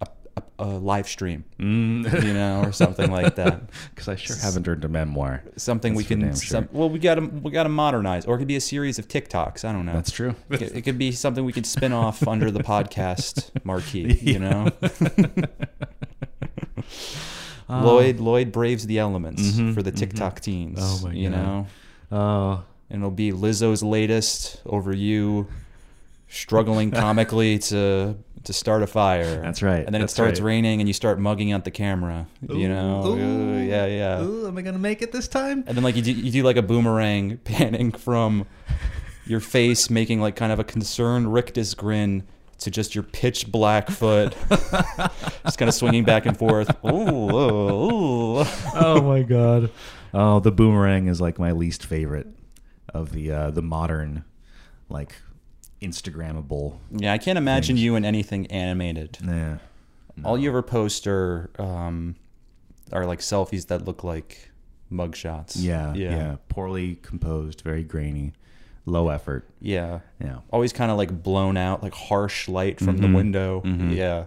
[SPEAKER 2] a, a, a live stream you know or something like that
[SPEAKER 1] [laughs] Because Mm. I sure haven't earned a memoir.
[SPEAKER 2] something we
[SPEAKER 1] That's for
[SPEAKER 2] can
[SPEAKER 1] damn
[SPEAKER 2] some, well we gotta we gotta modernize or it could be a series of tiktoks i don't know
[SPEAKER 1] That's true.
[SPEAKER 2] it, could- it could be something we could spin off under
[SPEAKER 1] [laughs]
[SPEAKER 2] the podcast marquee you know
[SPEAKER 1] Uh,
[SPEAKER 2] lloyd lloyd braves the elements for the tiktok teens
[SPEAKER 1] Mm-hmm, Oh my
[SPEAKER 2] you
[SPEAKER 1] God.
[SPEAKER 2] know
[SPEAKER 1] Oh,
[SPEAKER 2] and it'll be Lizzo's latest over you struggling
[SPEAKER 1] [laughs]
[SPEAKER 2] comically to to start a fire.
[SPEAKER 1] That's right,
[SPEAKER 2] And then
[SPEAKER 1] that's
[SPEAKER 2] it starts
[SPEAKER 1] right.
[SPEAKER 2] raining and you start mugging out the camera. you know, Ooh, yeah, yeah.
[SPEAKER 1] am I gonna make it this time?
[SPEAKER 2] And then like you do, you do like a boomerang [laughs] panning from your face making like kind of a concerned rictus grin to just your pitch black foot, just kind of swinging back and forth. Ooh, ooh, ooh.
[SPEAKER 1] oh my god. Oh, the boomerang is like my least favorite of the uh, the modern, like, Instagrammable.
[SPEAKER 2] Yeah, I can't imagine you in anything animated.
[SPEAKER 1] Yeah.
[SPEAKER 2] All you ever post are um, are like selfies that look like mugshots.
[SPEAKER 1] Yeah, yeah,
[SPEAKER 2] yeah,
[SPEAKER 1] Poorly composed, very grainy, low effort.
[SPEAKER 2] yeah.
[SPEAKER 1] Yeah,
[SPEAKER 2] Always kind of like blown out, like harsh light from the window. Yeah,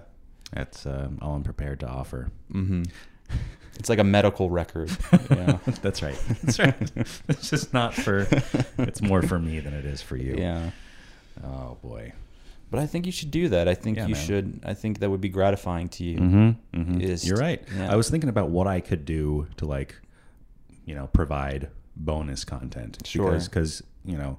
[SPEAKER 1] that's um, all I'm prepared to offer. [laughs]
[SPEAKER 2] it's like a medical record. Yeah,
[SPEAKER 1] That's right. [laughs] That's right. it's just not for. It's more for me than it is for you.
[SPEAKER 2] yeah.
[SPEAKER 1] Oh boy.
[SPEAKER 2] But I think you should do that. I think
[SPEAKER 1] Yeah,
[SPEAKER 2] you
[SPEAKER 1] man.
[SPEAKER 2] should. I think that would be gratifying to you.
[SPEAKER 1] Mm-hmm.
[SPEAKER 2] Is-
[SPEAKER 1] You're right.
[SPEAKER 2] yeah.
[SPEAKER 1] I was thinking about what I could do to like, you know, provide bonus content.
[SPEAKER 2] Sure.
[SPEAKER 1] Because you know,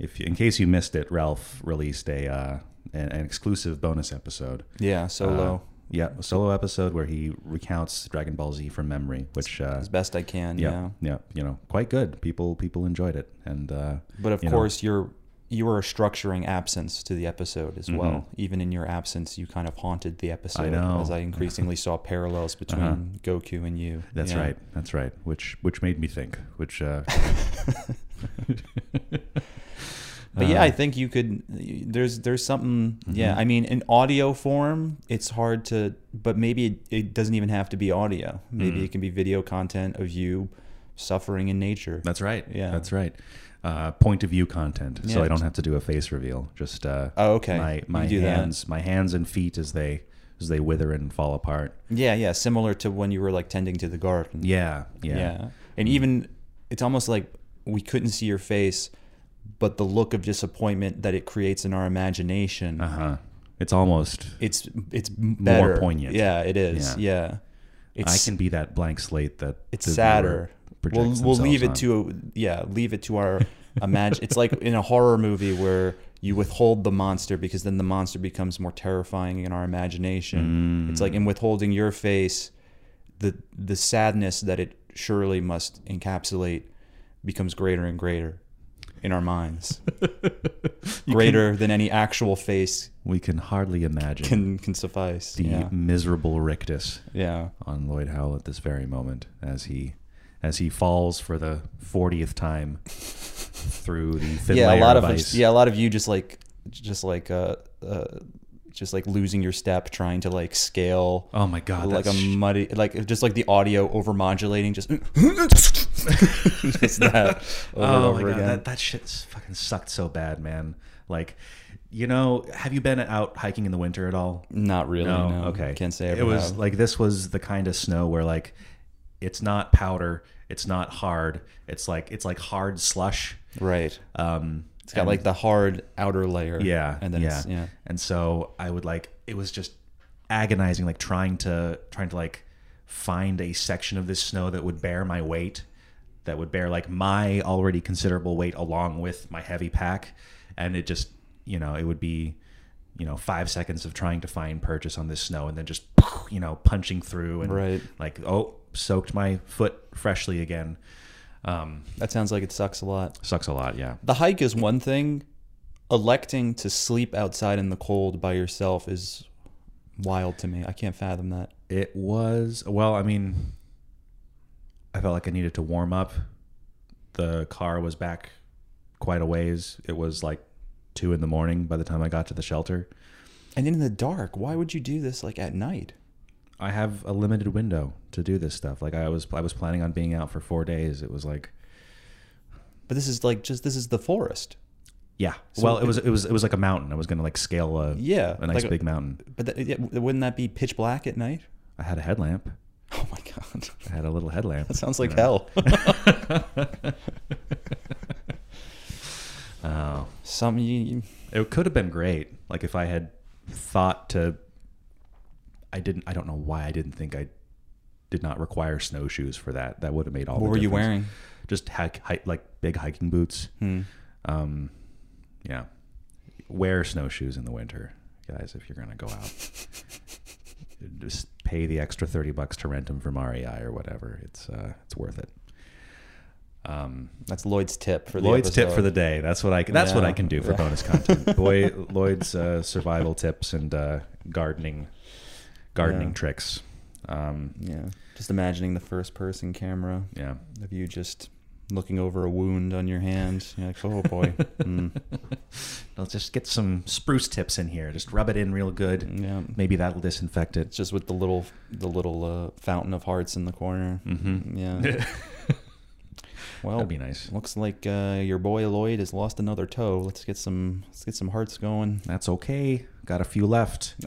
[SPEAKER 1] if in case you missed it, Ralph released a uh, an, an exclusive bonus episode.
[SPEAKER 2] Yeah,
[SPEAKER 1] uh,
[SPEAKER 2] solo
[SPEAKER 1] Yeah, a solo episode where he recounts Dragon Ball Z from memory, which uh,
[SPEAKER 2] as best I can.
[SPEAKER 1] yeah,
[SPEAKER 2] yeah.
[SPEAKER 1] yeah, you know, quite good. People people enjoyed it, and uh,
[SPEAKER 2] But of
[SPEAKER 1] you know,
[SPEAKER 2] course, you're you were structuring absence to the episode as well. Even in your absence, you kind of haunted the
[SPEAKER 1] Mm-hmm.
[SPEAKER 2] episode
[SPEAKER 1] know. Uh-huh.
[SPEAKER 2] as I increasingly saw
[SPEAKER 1] [laughs]
[SPEAKER 2] parallels between Goku and you.
[SPEAKER 1] that's
[SPEAKER 2] Yeah.
[SPEAKER 1] right, that's right. Which which made me think. Which
[SPEAKER 2] [laughs]
[SPEAKER 1] uh,
[SPEAKER 2] But
[SPEAKER 1] Uh-huh.
[SPEAKER 2] yeah, I think you could. There's there's something. Yeah,
[SPEAKER 1] Mm-hmm.
[SPEAKER 2] I mean, in audio form, it's hard to. But maybe it, it doesn't even have to be audio.
[SPEAKER 1] Mm-hmm.
[SPEAKER 2] Maybe it can be video content of you suffering in nature.
[SPEAKER 1] that's right.
[SPEAKER 2] Yeah.
[SPEAKER 1] that's right. Uh, point of view content, so
[SPEAKER 2] Yeah.
[SPEAKER 1] I don't have to do a face reveal. Just uh,
[SPEAKER 2] Oh, okay.
[SPEAKER 1] My
[SPEAKER 2] You
[SPEAKER 1] my
[SPEAKER 2] do that.
[SPEAKER 1] hands, my hands and feet as they as they wither and fall apart.
[SPEAKER 2] yeah, yeah, similar to when you were like tending to the garden.
[SPEAKER 1] Yeah, Mm-hmm. yeah,
[SPEAKER 2] Yeah. And even it's almost like we couldn't see your face, but the look of disappointment that it creates in our imagination
[SPEAKER 1] Uh huh. It's almost
[SPEAKER 2] it's it's better.
[SPEAKER 1] poignant.
[SPEAKER 2] Yeah, it is.
[SPEAKER 1] Yeah.
[SPEAKER 2] Yeah, it's
[SPEAKER 1] I can be that blank slate that
[SPEAKER 2] it's
[SPEAKER 1] the viewer
[SPEAKER 2] sadder. We'll
[SPEAKER 1] projects
[SPEAKER 2] we'll leave it
[SPEAKER 1] themselves on.
[SPEAKER 2] to yeah, leave it to our imagine. it's like in a horror movie where you withhold the monster because then the monster becomes more terrifying in our imagination. It's like
[SPEAKER 1] Mm.
[SPEAKER 2] in withholding your face, the the sadness that it surely must encapsulate becomes greater and greater in our
[SPEAKER 1] [laughs]
[SPEAKER 2] minds, greater than any actual face
[SPEAKER 1] We can hardly imagine
[SPEAKER 2] can can suffice.
[SPEAKER 1] the
[SPEAKER 2] yeah.
[SPEAKER 1] miserable rictus
[SPEAKER 2] Yeah.
[SPEAKER 1] on Lloyd Howell at this very moment as he as he falls for the fortieth time through the
[SPEAKER 2] [laughs]
[SPEAKER 1] thin
[SPEAKER 2] yeah, a
[SPEAKER 1] layer
[SPEAKER 2] lot
[SPEAKER 1] of,
[SPEAKER 2] of us-
[SPEAKER 1] ice.
[SPEAKER 2] yeah, a lot of you just like just like uh, uh just like losing your step trying to like scale
[SPEAKER 1] Oh my god,
[SPEAKER 2] like a
[SPEAKER 1] that's-
[SPEAKER 2] muddy like just like the audio over modulating
[SPEAKER 1] [laughs]
[SPEAKER 2] just just that over and
[SPEAKER 1] oh
[SPEAKER 2] over
[SPEAKER 1] my god,
[SPEAKER 2] again.
[SPEAKER 1] that that shit's fucking sucked so bad, man. Like, you know, have you been out hiking in the winter at all?
[SPEAKER 2] Not really. No.
[SPEAKER 1] Okay.
[SPEAKER 2] Can't say I
[SPEAKER 1] it
[SPEAKER 2] ever
[SPEAKER 1] was
[SPEAKER 2] have.
[SPEAKER 1] like this was the kind of snow where like it's not powder, it's not hard, it's like it's like hard slush.
[SPEAKER 2] right.
[SPEAKER 1] Um,
[SPEAKER 2] It's got like the hard outer layer.
[SPEAKER 1] yeah,
[SPEAKER 2] And then
[SPEAKER 1] yeah.
[SPEAKER 2] it's yeah.
[SPEAKER 1] And so I would like it was just agonizing, like trying to trying to like find a section of this snow that would bear my weight, that would bear like my already considerable weight along with my heavy pack, and it just you know it would be you know five seconds of trying to find purchase on this snow and then just you know punching through and
[SPEAKER 2] Right.
[SPEAKER 1] like oh soaked my foot freshly again um
[SPEAKER 2] That sounds like it sucks a lot.
[SPEAKER 1] sucks a lot yeah
[SPEAKER 2] The hike is one thing. Electing to sleep outside in the cold by yourself is wild to me. I can't fathom that.
[SPEAKER 1] It was well, I mean I felt like I needed to warm up. The car was back quite a ways. It was like two in the morning by the time I got to the shelter.
[SPEAKER 2] And in the dark, why would you do this like at night?
[SPEAKER 1] I have a limited window to do this stuff. Like I was I was planning on being out for four days. It was like
[SPEAKER 2] But this is like just this is the forest.
[SPEAKER 1] yeah. well, it was it was it was like a mountain. I was gonna like scale a
[SPEAKER 2] Yeah,
[SPEAKER 1] a nice
[SPEAKER 2] like a-
[SPEAKER 1] big mountain.
[SPEAKER 2] But that, yeah, wouldn't that be pitch black at night? [laughs]
[SPEAKER 1] I had a headlamp.
[SPEAKER 2] Oh my god, [laughs]
[SPEAKER 1] I had a little headlamp.
[SPEAKER 2] that [laughs] sounds like
[SPEAKER 1] Yeah.
[SPEAKER 2] hell.
[SPEAKER 1] [laughs] Oh.
[SPEAKER 2] Some you, you-
[SPEAKER 1] It could have been great. Like if I had thought to, I didn't. I don't know why I didn't think I did not require snowshoes for that. That would have made all.
[SPEAKER 2] what
[SPEAKER 1] the
[SPEAKER 2] were you
[SPEAKER 1] difference.
[SPEAKER 2] wearing?
[SPEAKER 1] Just hike, hike, like big hiking boots.
[SPEAKER 2] Hmm.
[SPEAKER 1] Um, yeah, wear snowshoes in the winter, guys. If you're gonna go out, [laughs] just pay the extra thirty bucks to rent them from REI or whatever. It's uh, it's worth it. Um,
[SPEAKER 2] That's Lloyd's tip for the
[SPEAKER 1] Lloyd's tip
[SPEAKER 2] episode.
[SPEAKER 1] for the day. That's what I that's what
[SPEAKER 2] Yeah.
[SPEAKER 1] I can do for bonus
[SPEAKER 2] [laughs]
[SPEAKER 1] content. Boy, Lloyd's uh, survival tips and uh, gardening gardening
[SPEAKER 2] Yeah.
[SPEAKER 1] tricks. Um,
[SPEAKER 2] yeah. Just imagining the first person camera
[SPEAKER 1] yeah,
[SPEAKER 2] of you just looking over a wound on your hand. You're like,
[SPEAKER 1] [laughs]
[SPEAKER 2] oh boy, Mm.
[SPEAKER 1] let's just get some spruce tips in here. Just rub it in real good.
[SPEAKER 2] yeah.
[SPEAKER 1] Maybe that'll disinfect it.
[SPEAKER 2] It's just with the little the little uh, fountain of hearts in the corner.
[SPEAKER 1] Mm-hmm. [laughs]
[SPEAKER 2] Yeah. well,
[SPEAKER 1] That'd be nice.
[SPEAKER 2] Looks like uh, your boy Lloyd has lost another toe. Let's get some let's get some hearts going.
[SPEAKER 1] That's okay. Got a few left.
[SPEAKER 2] [laughs]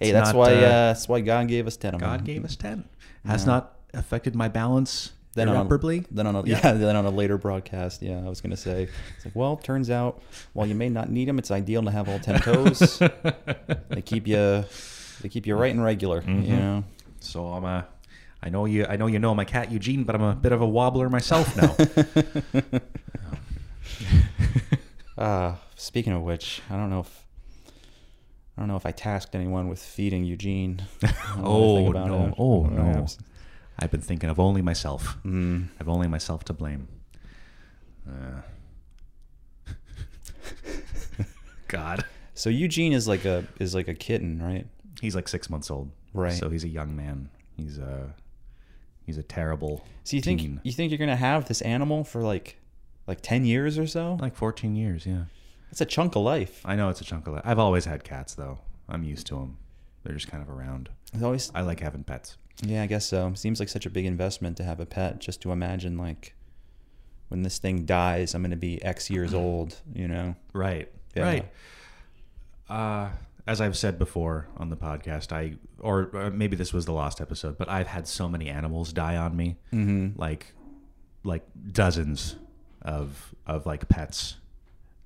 [SPEAKER 2] Hey,
[SPEAKER 1] It's
[SPEAKER 2] that's
[SPEAKER 1] not,
[SPEAKER 2] why
[SPEAKER 1] uh,
[SPEAKER 2] uh, that's why God gave us ten. of 'em.
[SPEAKER 1] God gave us ten. Has not affected my balance
[SPEAKER 2] Then on a-
[SPEAKER 1] irreparably.
[SPEAKER 2] Then on a yeah. [laughs] then on a later broadcast, yeah, I was gonna say it's like, well, turns out while you may not need them, it's ideal to have all ten
[SPEAKER 1] [laughs]
[SPEAKER 2] toes. they keep you they keep you right and regular.
[SPEAKER 1] Mm-hmm.
[SPEAKER 2] You know,
[SPEAKER 1] So I'm a. I know you. I know you know my cat Eugene, but I'm a bit of a wobbler myself
[SPEAKER 2] [laughs]
[SPEAKER 1] now.
[SPEAKER 2] uh, speaking of which, I don't know if I don't know if I tasked anyone with feeding Eugene. [laughs] I don't know
[SPEAKER 1] Oh
[SPEAKER 2] anything about
[SPEAKER 1] no!
[SPEAKER 2] it.
[SPEAKER 1] Oh
[SPEAKER 2] Yeah,
[SPEAKER 1] no!
[SPEAKER 2] it's-
[SPEAKER 1] I've been thinking of only myself.
[SPEAKER 2] Mm.
[SPEAKER 1] I've only myself to blame. Uh. God,
[SPEAKER 2] So Eugene is like a is like a kitten, right?
[SPEAKER 1] he's like six months old,
[SPEAKER 2] Right.
[SPEAKER 1] So he's a young man. He's a he's a terrible.
[SPEAKER 2] So you think
[SPEAKER 1] teen.
[SPEAKER 2] you think you're gonna have this animal for like like ten years or so?
[SPEAKER 1] like fourteen years? Yeah,
[SPEAKER 2] That's a chunk of life.
[SPEAKER 1] I know it's a chunk of. Li- I've always had cats though. I'm used to them. They're just kind of around.
[SPEAKER 2] It's always
[SPEAKER 1] I like having pets.
[SPEAKER 2] yeah, I guess so. Seems like such a big investment to have a pet. Just to imagine like when this thing dies, I'm gonna be
[SPEAKER 1] [sighs]
[SPEAKER 2] X years old. You know?
[SPEAKER 1] Right.
[SPEAKER 2] Yeah.
[SPEAKER 1] Right. Uh, as I've said before on the podcast, I or uh, maybe this was the last episode, but I've had so many animals die on
[SPEAKER 2] Mm-hmm.
[SPEAKER 1] me, like like dozens of of like pets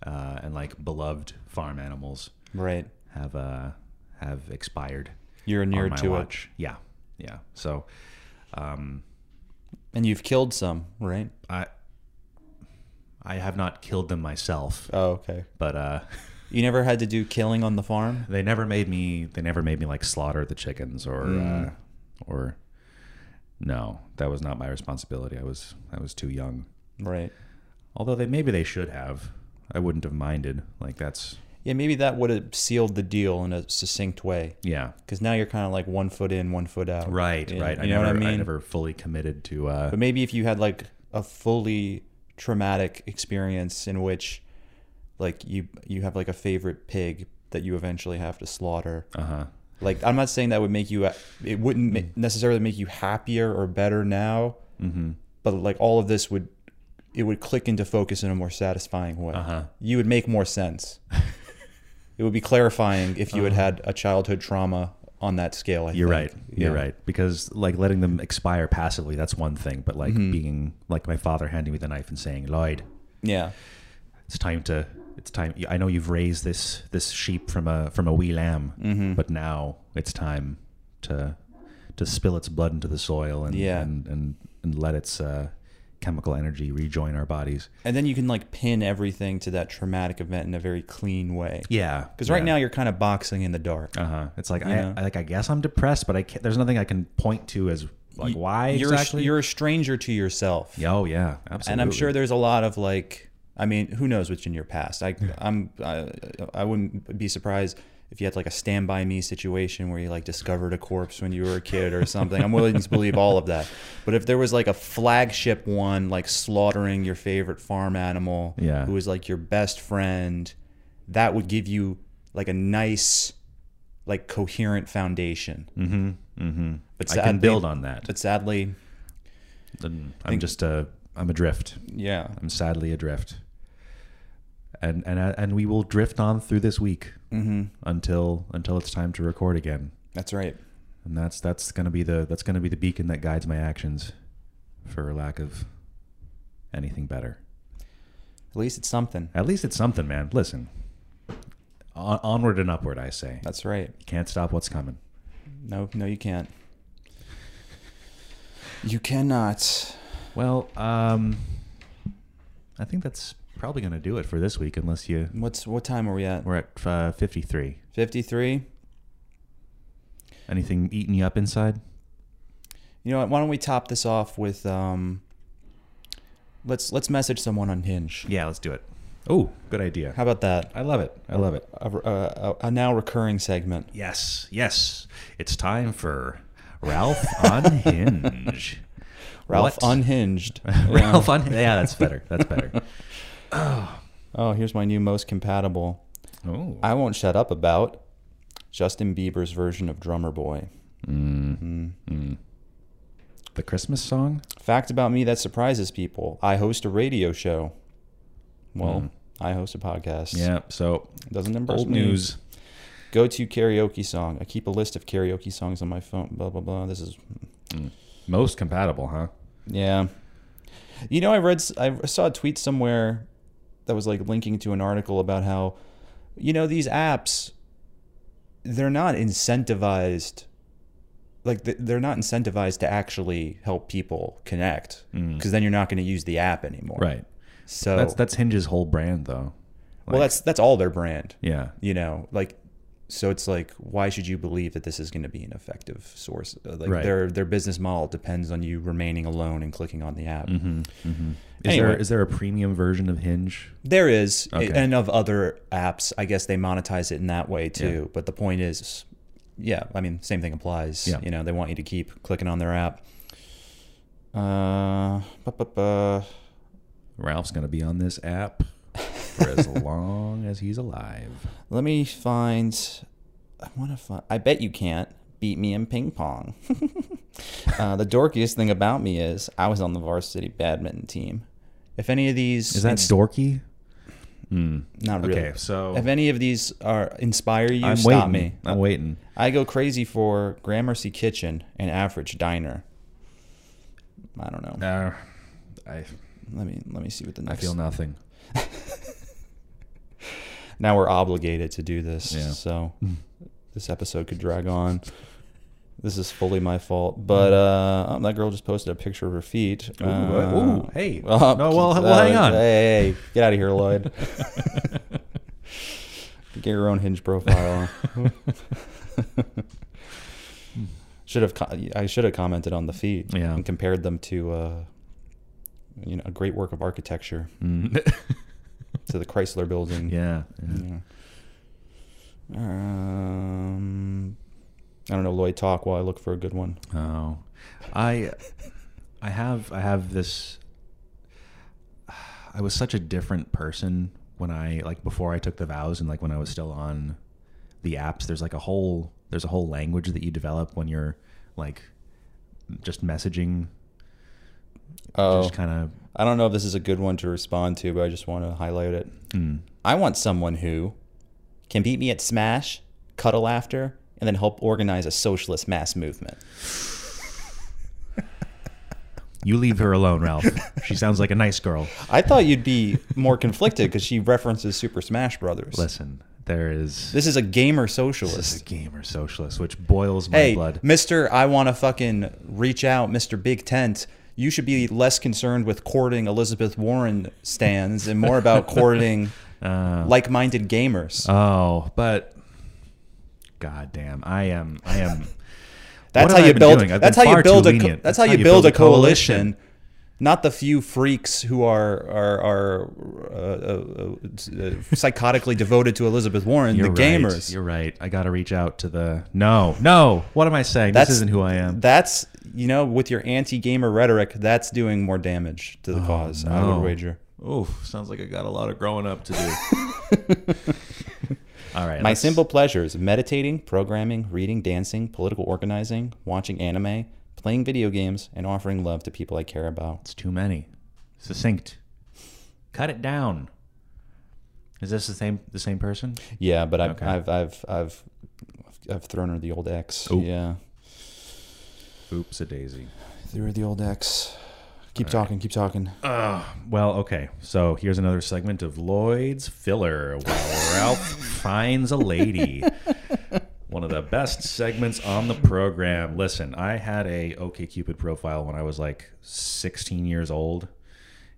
[SPEAKER 1] uh, and like beloved farm animals
[SPEAKER 2] Right.
[SPEAKER 1] have uh, have expired.
[SPEAKER 2] You're
[SPEAKER 1] on
[SPEAKER 2] near
[SPEAKER 1] my
[SPEAKER 2] to it.
[SPEAKER 1] watch. Yeah, yeah. So, um,
[SPEAKER 2] And you've killed some, right?
[SPEAKER 1] I I have not killed them myself,
[SPEAKER 2] Oh, okay.
[SPEAKER 1] but uh,
[SPEAKER 2] You never had to do killing on the farm?
[SPEAKER 1] they never made me. They never made me like slaughter the chickens or
[SPEAKER 2] Hmm.
[SPEAKER 1] uh, or no, that was not my responsibility. I was I was too young.
[SPEAKER 2] Right.
[SPEAKER 1] Although they maybe they should have. I wouldn't have minded. Like that's
[SPEAKER 2] Yeah, maybe that would have sealed the deal in a succinct way.
[SPEAKER 1] yeah.
[SPEAKER 2] Because now you're kind of like one foot in, one foot out.
[SPEAKER 1] Right,
[SPEAKER 2] Yeah,
[SPEAKER 1] right. I
[SPEAKER 2] you know
[SPEAKER 1] never,
[SPEAKER 2] what I mean?
[SPEAKER 1] never fully committed to. Uh,
[SPEAKER 2] But maybe if you had like a fully traumatic experience in which like you you have like a favorite pig that you eventually have to slaughter.
[SPEAKER 1] uh-huh. Mm.
[SPEAKER 2] Like I'm not saying that would make you uh, it wouldn't ma- necessarily make you happier or better now,
[SPEAKER 1] Mm-hmm.
[SPEAKER 2] but like all of this would it would click into focus in a more satisfying way.
[SPEAKER 1] Uh-huh.
[SPEAKER 2] You would make
[SPEAKER 1] [laughs]
[SPEAKER 2] more sense. it would be clarifying if you had had a childhood trauma on that scale. I
[SPEAKER 1] Uh-huh. You're
[SPEAKER 2] think.
[SPEAKER 1] right. You're
[SPEAKER 2] Yeah.
[SPEAKER 1] right. Because like letting them expire passively, that's one thing. But like
[SPEAKER 2] Mm-hmm.
[SPEAKER 1] being like my father handing me the knife and saying, "Lloyd,
[SPEAKER 2] Yeah.
[SPEAKER 1] it's time to. It's time. I know you've raised this this sheep from a from a wee lamb,
[SPEAKER 2] Mm-hmm.
[SPEAKER 1] but now it's time to to spill its blood into the soil and
[SPEAKER 2] Yeah.
[SPEAKER 1] and, and and let its uh, chemical energy rejoin our bodies.
[SPEAKER 2] And then you can like pin everything to that traumatic event in a very clean way.
[SPEAKER 1] Yeah.
[SPEAKER 2] Because right now you're kind of boxing in the dark.
[SPEAKER 1] Uh huh. It's like
[SPEAKER 2] know?
[SPEAKER 1] I, I like I guess I'm depressed, but I can't, there's nothing I can point to as like
[SPEAKER 2] You-
[SPEAKER 1] why
[SPEAKER 2] you're
[SPEAKER 1] exactly.
[SPEAKER 2] A, you're a stranger to yourself.
[SPEAKER 1] Yeah, oh yeah, absolutely.
[SPEAKER 2] And I'm sure there's a lot of like, I mean, who knows what's in your past? I, I'm, I, I wouldn't be surprised if you had like a Stand By Me situation where you like discovered a corpse when you were a kid or something. I'm willing to believe all of that. But if there was like a flagship one, like slaughtering your favorite farm animal,
[SPEAKER 1] Yeah.
[SPEAKER 2] who was like your best friend, that would give you like a nice, like coherent foundation.
[SPEAKER 1] Mm.
[SPEAKER 2] Mm-hmm. Mm-hmm. But
[SPEAKER 1] I
[SPEAKER 2] sadly,
[SPEAKER 1] can build on that.
[SPEAKER 2] But sadly,
[SPEAKER 1] I'm I'm just uh, I'm adrift.
[SPEAKER 2] yeah,
[SPEAKER 1] I'm sadly adrift. And and uh, and we will drift on through this week until until it's time to record again.
[SPEAKER 2] Mm-hmm. that's right.
[SPEAKER 1] And that's that's gonna be the that's gonna be the beacon that guides my actions, for lack of anything better.
[SPEAKER 2] At least it's something.
[SPEAKER 1] At least it's something, man. Listen, on, onward and upward, I say.
[SPEAKER 2] That's right.
[SPEAKER 1] You can't stop what's coming.
[SPEAKER 2] No, no, you can't. You cannot.
[SPEAKER 1] Well, um, I think that's probably going to do it for this week, unless you.
[SPEAKER 2] What's what time are we at?
[SPEAKER 1] We're at uh, 53.
[SPEAKER 2] Fifty-three.
[SPEAKER 1] Anything eating you up inside?
[SPEAKER 2] You know what? Why don't we top this off with um. Let's let's message someone on Hinge.
[SPEAKER 1] Yeah, let's do it. Oh, good idea.
[SPEAKER 2] How about that?
[SPEAKER 1] I love it. I love it.
[SPEAKER 2] A, a, a now recurring segment.
[SPEAKER 1] Yes, yes. It's time for Ralph Unhinge.
[SPEAKER 2] Ralph
[SPEAKER 1] What? [laughs]
[SPEAKER 2] Unhinged.
[SPEAKER 1] Ralph Unhinge. [laughs] Yeah, that's better. That's better. [laughs]
[SPEAKER 2] Oh, here's my new most compatible.
[SPEAKER 1] Oh.
[SPEAKER 2] I won't shut up about Justin Bieber's version of Drummer Boy.
[SPEAKER 1] The Christmas song?
[SPEAKER 2] Fact about me that surprises people: I host a radio show. Well, I host a podcast.
[SPEAKER 1] Hmm. Yeah, so
[SPEAKER 2] Doesn't embarrass
[SPEAKER 1] old
[SPEAKER 2] me.
[SPEAKER 1] news.
[SPEAKER 2] Go to karaoke song. I keep a list of karaoke songs on my phone. Blah blah blah. This is
[SPEAKER 1] Most compatible, huh?
[SPEAKER 2] yeah. You know, I read s- I saw a tweet somewhere that was like linking to an article about how you know these apps they're not incentivized like th- they're not incentivized to actually help people connect because then you're not going to use the app anymore.
[SPEAKER 1] Mm. Right.
[SPEAKER 2] So
[SPEAKER 1] That's that's Hinge's whole brand though.
[SPEAKER 2] well, that's that's all their brand.
[SPEAKER 1] Yeah.
[SPEAKER 2] you know like so it's like why should you believe that this is going to be an effective source Uh, like
[SPEAKER 1] Right.
[SPEAKER 2] their their business model depends on you remaining alone and clicking on the app
[SPEAKER 1] Mm-hmm, Is there
[SPEAKER 2] Anyway.
[SPEAKER 1] is there a premium version of Hinge?
[SPEAKER 2] There is
[SPEAKER 1] Okay.
[SPEAKER 2] and of other apps i guess they monetize it in that way too but the point is yeah i mean same thing applies
[SPEAKER 1] Yeah.
[SPEAKER 2] you know they want you to keep clicking on their app uh bu- bu- bu-
[SPEAKER 1] Ralph's gonna be on this app for [laughs] as long as he's alive.
[SPEAKER 2] let me find i want to find i bet you can't beat me in ping pong [laughs] uh, the dorkiest thing about me is i was on the varsity badminton team if any of these
[SPEAKER 1] Is that
[SPEAKER 2] ins-
[SPEAKER 1] dorky?
[SPEAKER 2] not really
[SPEAKER 1] Okay, so
[SPEAKER 2] if any of these are inspire you
[SPEAKER 1] I'm
[SPEAKER 2] stop
[SPEAKER 1] waiting.
[SPEAKER 2] me
[SPEAKER 1] I'm waiting.
[SPEAKER 2] i go crazy for gramercy kitchen and average diner i don't know
[SPEAKER 1] Uh, I
[SPEAKER 2] let me let me see what the
[SPEAKER 1] I
[SPEAKER 2] next
[SPEAKER 1] feel nothing.
[SPEAKER 2] now we're obligated to do this.
[SPEAKER 1] Yeah.
[SPEAKER 2] So
[SPEAKER 5] Hmm.
[SPEAKER 2] this episode could drag on. This is fully my fault, but uh, um, that girl just posted a picture of her feet. Uh, Ooh,
[SPEAKER 5] what? Hmm. Ooh,
[SPEAKER 2] [laughs]
[SPEAKER 5] hey. No, well, well, hang on.
[SPEAKER 2] Hey, hey, get out of
[SPEAKER 5] [laughs]
[SPEAKER 1] [laughs]
[SPEAKER 2] here, Lloyd. get your own hinge profile.
[SPEAKER 5] [laughs]
[SPEAKER 2] should have co- I should have commented on the feet
[SPEAKER 1] Yeah.
[SPEAKER 2] and compared them to uh, you know a great work of architecture
[SPEAKER 1] Mm.
[SPEAKER 2] to the Chrysler Building.
[SPEAKER 1] yeah. yeah.
[SPEAKER 2] Yeah. Um, I don't know, Lloyd. Talk while I look for a good one.
[SPEAKER 1] Oh, I, I have, I have this. I was such a different person when I like before I took the vows and like when I was still on the apps. There's like a whole there's a whole language that you develop when you're like just messaging,
[SPEAKER 2] Oh,
[SPEAKER 1] just kind of.
[SPEAKER 2] I don't know if this is a good one to respond to, but I just want to highlight it.
[SPEAKER 1] Hmm.
[SPEAKER 2] I want someone who can beat me at Smash, cuddle after, and then help organize a socialist mass movement.
[SPEAKER 1] You leave her alone,
[SPEAKER 2] [laughs]
[SPEAKER 1] Ralph. she sounds like a nice girl.
[SPEAKER 2] I thought you'd be more conflicted because she references Super Smash Brothers.
[SPEAKER 1] Listen, there is
[SPEAKER 2] This is a gamer
[SPEAKER 1] this is a
[SPEAKER 2] socialist.
[SPEAKER 1] gamer socialist, which boils my
[SPEAKER 2] Hey,
[SPEAKER 1] blood.
[SPEAKER 2] Mister, I want to fucking reach out, Mister Big Tent. You should be less concerned with courting Elizabeth Warren stands and
[SPEAKER 1] [laughs]
[SPEAKER 2] more about courting
[SPEAKER 1] Uh,
[SPEAKER 2] like-minded gamers.
[SPEAKER 1] Oh, but God damn, I am, I
[SPEAKER 2] [laughs]
[SPEAKER 1] am.
[SPEAKER 2] that's
[SPEAKER 1] what
[SPEAKER 2] how
[SPEAKER 1] have I
[SPEAKER 2] you
[SPEAKER 1] been
[SPEAKER 2] build.
[SPEAKER 1] doing? I've
[SPEAKER 2] That's how
[SPEAKER 1] been
[SPEAKER 2] you
[SPEAKER 1] far
[SPEAKER 2] build
[SPEAKER 1] too
[SPEAKER 2] a. co-
[SPEAKER 1] lenient.
[SPEAKER 2] that's, how, you build, a coalition. Not the few freaks who are are are uh, uh, uh, psychotically devoted to Elizabeth Warren,
[SPEAKER 1] You're
[SPEAKER 2] the
[SPEAKER 1] right.
[SPEAKER 2] gamers.
[SPEAKER 1] You're right. I got to reach out to the no, no. What am I saying? This
[SPEAKER 2] That's-
[SPEAKER 1] isn't who I am.
[SPEAKER 2] That's you know, with your anti-gamer rhetoric, that's doing more damage to the cause.
[SPEAKER 1] Oh,
[SPEAKER 2] I
[SPEAKER 1] no.
[SPEAKER 2] would wager.
[SPEAKER 1] Oof, sounds like I got a lot of growing up to do.
[SPEAKER 2] [laughs]
[SPEAKER 1] All right.
[SPEAKER 2] My
[SPEAKER 1] let's-
[SPEAKER 2] simple pleasures: meditating, programming, reading, dancing, political organizing, watching anime, playing video games, and offering love to people I care about.
[SPEAKER 1] It's too many. Succinct. Cut it down. Is this the same the same person?
[SPEAKER 2] Yeah, but I've
[SPEAKER 1] Okay.
[SPEAKER 2] I've, I've I've I've thrown her the old X.
[SPEAKER 1] Oh.
[SPEAKER 2] Yeah,
[SPEAKER 1] Oops, a daisy.
[SPEAKER 2] threw her the old X. Keep talking. Keep talking.
[SPEAKER 1] Well, okay. So here's another segment of Lloyd's filler while Ralph finds a lady. One of the best segments on the program. Listen, I had a OKCupid profile when I was like 16 years old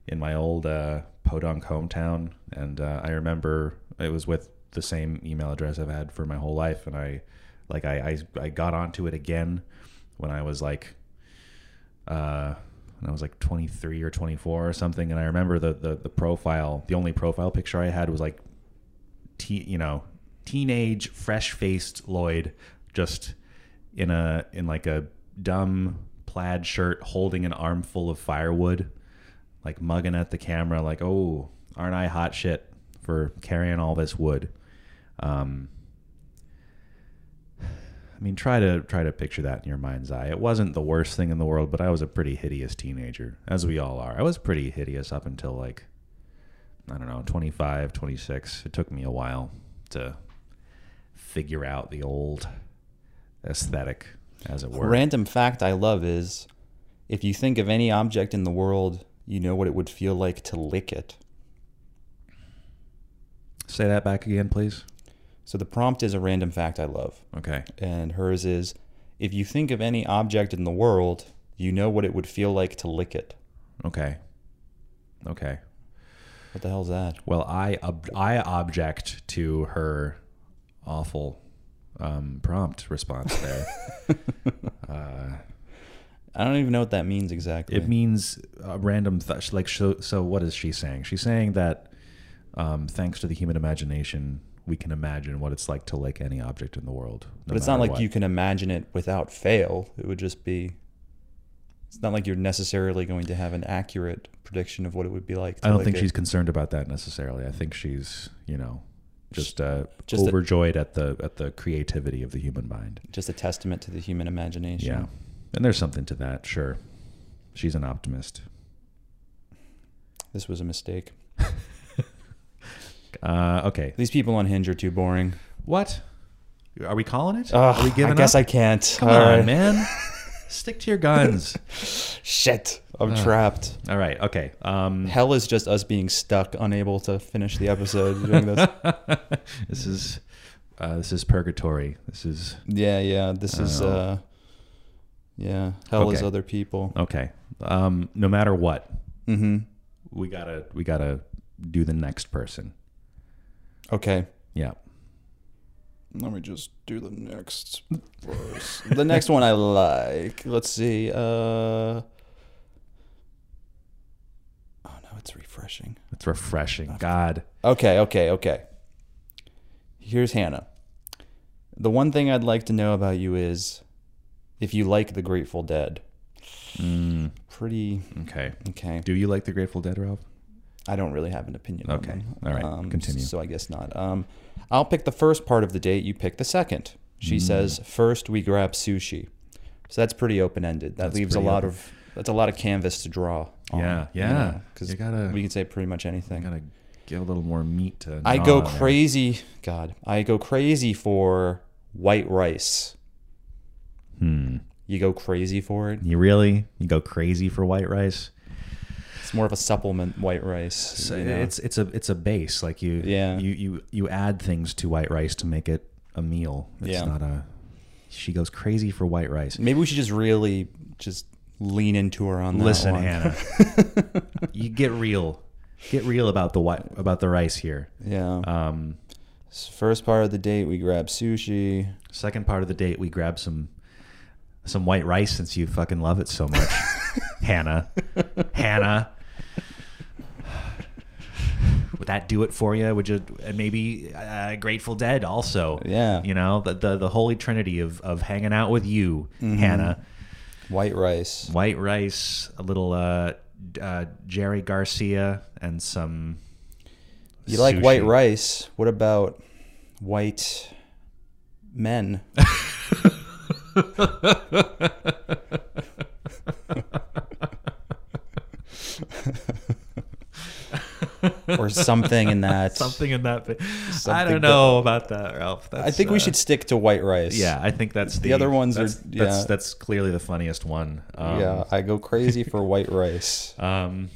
[SPEAKER 1] in my old uh, Podunk hometown, and uh, I remember it was with the same email address I've had for my whole life, and I like I I, I got onto it again when I was like uh, when I was like 23 or 24 or something. And I remember the, the, the profile, the only profile picture I had was like, te- you know, teenage fresh faced Lloyd just in a, in like a dumb plaid shirt, holding an armful of firewood, like mugging at the camera, like, Oh, aren't I hot shit for carrying all this wood? Um, I mean, try to try to picture that in your mind's eye. It wasn't the worst thing in the world, but I was a pretty hideous teenager, as we all are. I was pretty hideous up until like I don't know, 25, 26. It took me a while to figure out the old aesthetic, as it were.
[SPEAKER 2] Random fact I love is if you think of any object in the world, you know what it would feel like to lick it.
[SPEAKER 1] Say that back again, please.
[SPEAKER 2] So the prompt is a random fact I love.
[SPEAKER 1] Okay.
[SPEAKER 2] And hers is if you think of any object in the world, you know what it would feel like to lick it.
[SPEAKER 1] Okay. Okay.
[SPEAKER 2] What the hell's that?
[SPEAKER 1] Well, I ob- I object to her awful um, prompt response
[SPEAKER 2] [laughs]
[SPEAKER 1] there.
[SPEAKER 2] I don't even know what that means exactly.
[SPEAKER 1] It means a random th- like so. So what is she saying? She's saying that um, thanks to the human imagination, we can imagine what it's like to lick any object in the world.
[SPEAKER 2] but it's not like you can imagine it without fail. It would just be. It's not like you're necessarily going to have an accurate prediction of what it would be like. To
[SPEAKER 1] I don't
[SPEAKER 2] lick
[SPEAKER 1] think
[SPEAKER 2] it.
[SPEAKER 1] she's concerned about that necessarily. I think she's you know just uh,
[SPEAKER 2] Just that-
[SPEAKER 1] overjoyed at the at the creativity of the human mind.
[SPEAKER 2] just a testament to the human imagination.
[SPEAKER 1] Yeah, and there's something to that. Sure, she's an optimist.
[SPEAKER 2] This was a mistake.
[SPEAKER 1] Uh, okay,
[SPEAKER 2] These people on Hinge are too boring.
[SPEAKER 1] what are we calling it?
[SPEAKER 2] Ugh,
[SPEAKER 1] are we giving
[SPEAKER 2] I guess
[SPEAKER 1] up?
[SPEAKER 2] I can't.
[SPEAKER 1] Come
[SPEAKER 2] All
[SPEAKER 1] on,
[SPEAKER 2] [laughs] right.
[SPEAKER 1] man. Stick to your guns.
[SPEAKER 2] Shit, I'm trapped.
[SPEAKER 1] All right. Okay. Um,
[SPEAKER 2] Hell is just us being stuck, unable to finish the episode
[SPEAKER 1] [laughs]
[SPEAKER 2] doing this.
[SPEAKER 1] this is uh, this is purgatory. This is
[SPEAKER 2] Yeah, yeah. This is uh yeah. Hell is
[SPEAKER 1] Okay.
[SPEAKER 2] other people.
[SPEAKER 1] okay. Um, no matter what,
[SPEAKER 2] Mm-hmm.
[SPEAKER 1] we gotta we gotta do the next person.
[SPEAKER 2] Okay.
[SPEAKER 1] Yeah.
[SPEAKER 2] Let me just do the next verse. [laughs] the next one I like. Let's see. Uh Oh no, it's refreshing.
[SPEAKER 1] It's refreshing. God.
[SPEAKER 2] Okay, okay, okay. Here's Hannah. The one thing I'd like to know about you is if you like the Grateful Dead. Mm. Pretty
[SPEAKER 1] Okay.
[SPEAKER 2] okay.
[SPEAKER 1] Do you like the Grateful Dead, Ralph?
[SPEAKER 2] I don't really have an opinion.
[SPEAKER 1] Okay.
[SPEAKER 2] On them. Um,
[SPEAKER 1] All right. Continue.
[SPEAKER 2] So I guess not. Um, I'll pick the first part of the date. You pick the second. She
[SPEAKER 1] Mm.
[SPEAKER 2] says, first we grab sushi. So that's pretty open ended. That leaves a
[SPEAKER 1] pretty
[SPEAKER 2] lot of that's a lot of canvas to draw. On,
[SPEAKER 1] Yeah, yeah.
[SPEAKER 2] Because
[SPEAKER 1] You gotta-
[SPEAKER 2] Oh, we can say pretty much anything.
[SPEAKER 1] Gotta give a little more meat to.
[SPEAKER 2] I
[SPEAKER 1] gnaw
[SPEAKER 2] go
[SPEAKER 1] on there.
[SPEAKER 2] crazy. God, I go crazy for white rice. Hmm. You go crazy for it.
[SPEAKER 1] You really? You go crazy for white rice?
[SPEAKER 2] It's more of a supplement white rice.
[SPEAKER 1] So
[SPEAKER 2] you know?
[SPEAKER 1] It's it's a it's a base. Like you
[SPEAKER 2] Yeah.
[SPEAKER 1] you you you add things to white rice to make it a meal. It's
[SPEAKER 2] Yeah.
[SPEAKER 1] not a. She goes crazy for white rice.
[SPEAKER 2] Maybe we should just really just lean into her on that
[SPEAKER 1] Listen,
[SPEAKER 2] one.
[SPEAKER 1] Hannah, [laughs] you get real, get real about the white about the rice here.
[SPEAKER 2] [laughs] Yeah.
[SPEAKER 1] Um,
[SPEAKER 2] S- First part of the date, we grab sushi.
[SPEAKER 1] second part of the date, we grab some some white rice since you fucking love it so
[SPEAKER 2] [laughs]
[SPEAKER 1] much, Hannah. Hannah. Would that do it for you? Would you and maybe uh, Grateful Dead also?
[SPEAKER 2] Yeah.
[SPEAKER 1] you know the the, the holy trinity of, of hanging out with you,
[SPEAKER 2] Mm-hmm.
[SPEAKER 1] Hannah.
[SPEAKER 2] White rice.
[SPEAKER 1] White rice, a little uh, d- uh, Jerry Garcia, and some.
[SPEAKER 2] You like white
[SPEAKER 1] sushi.
[SPEAKER 2] rice. What about white
[SPEAKER 1] [laughs]
[SPEAKER 2] men? or something in
[SPEAKER 1] [laughs]
[SPEAKER 2] that.
[SPEAKER 1] something in that. I
[SPEAKER 2] Something
[SPEAKER 1] don't know about that, Ralph. That's,
[SPEAKER 2] I think we
[SPEAKER 1] uh,
[SPEAKER 2] should stick to white rice.
[SPEAKER 1] Yeah, I think that's the,
[SPEAKER 2] other ones are-
[SPEAKER 1] that's, That's,
[SPEAKER 2] yeah.
[SPEAKER 1] that's clearly the funniest one. Um,
[SPEAKER 2] yeah. I go crazy for white
[SPEAKER 1] [laughs]
[SPEAKER 2] rice.
[SPEAKER 1] Um,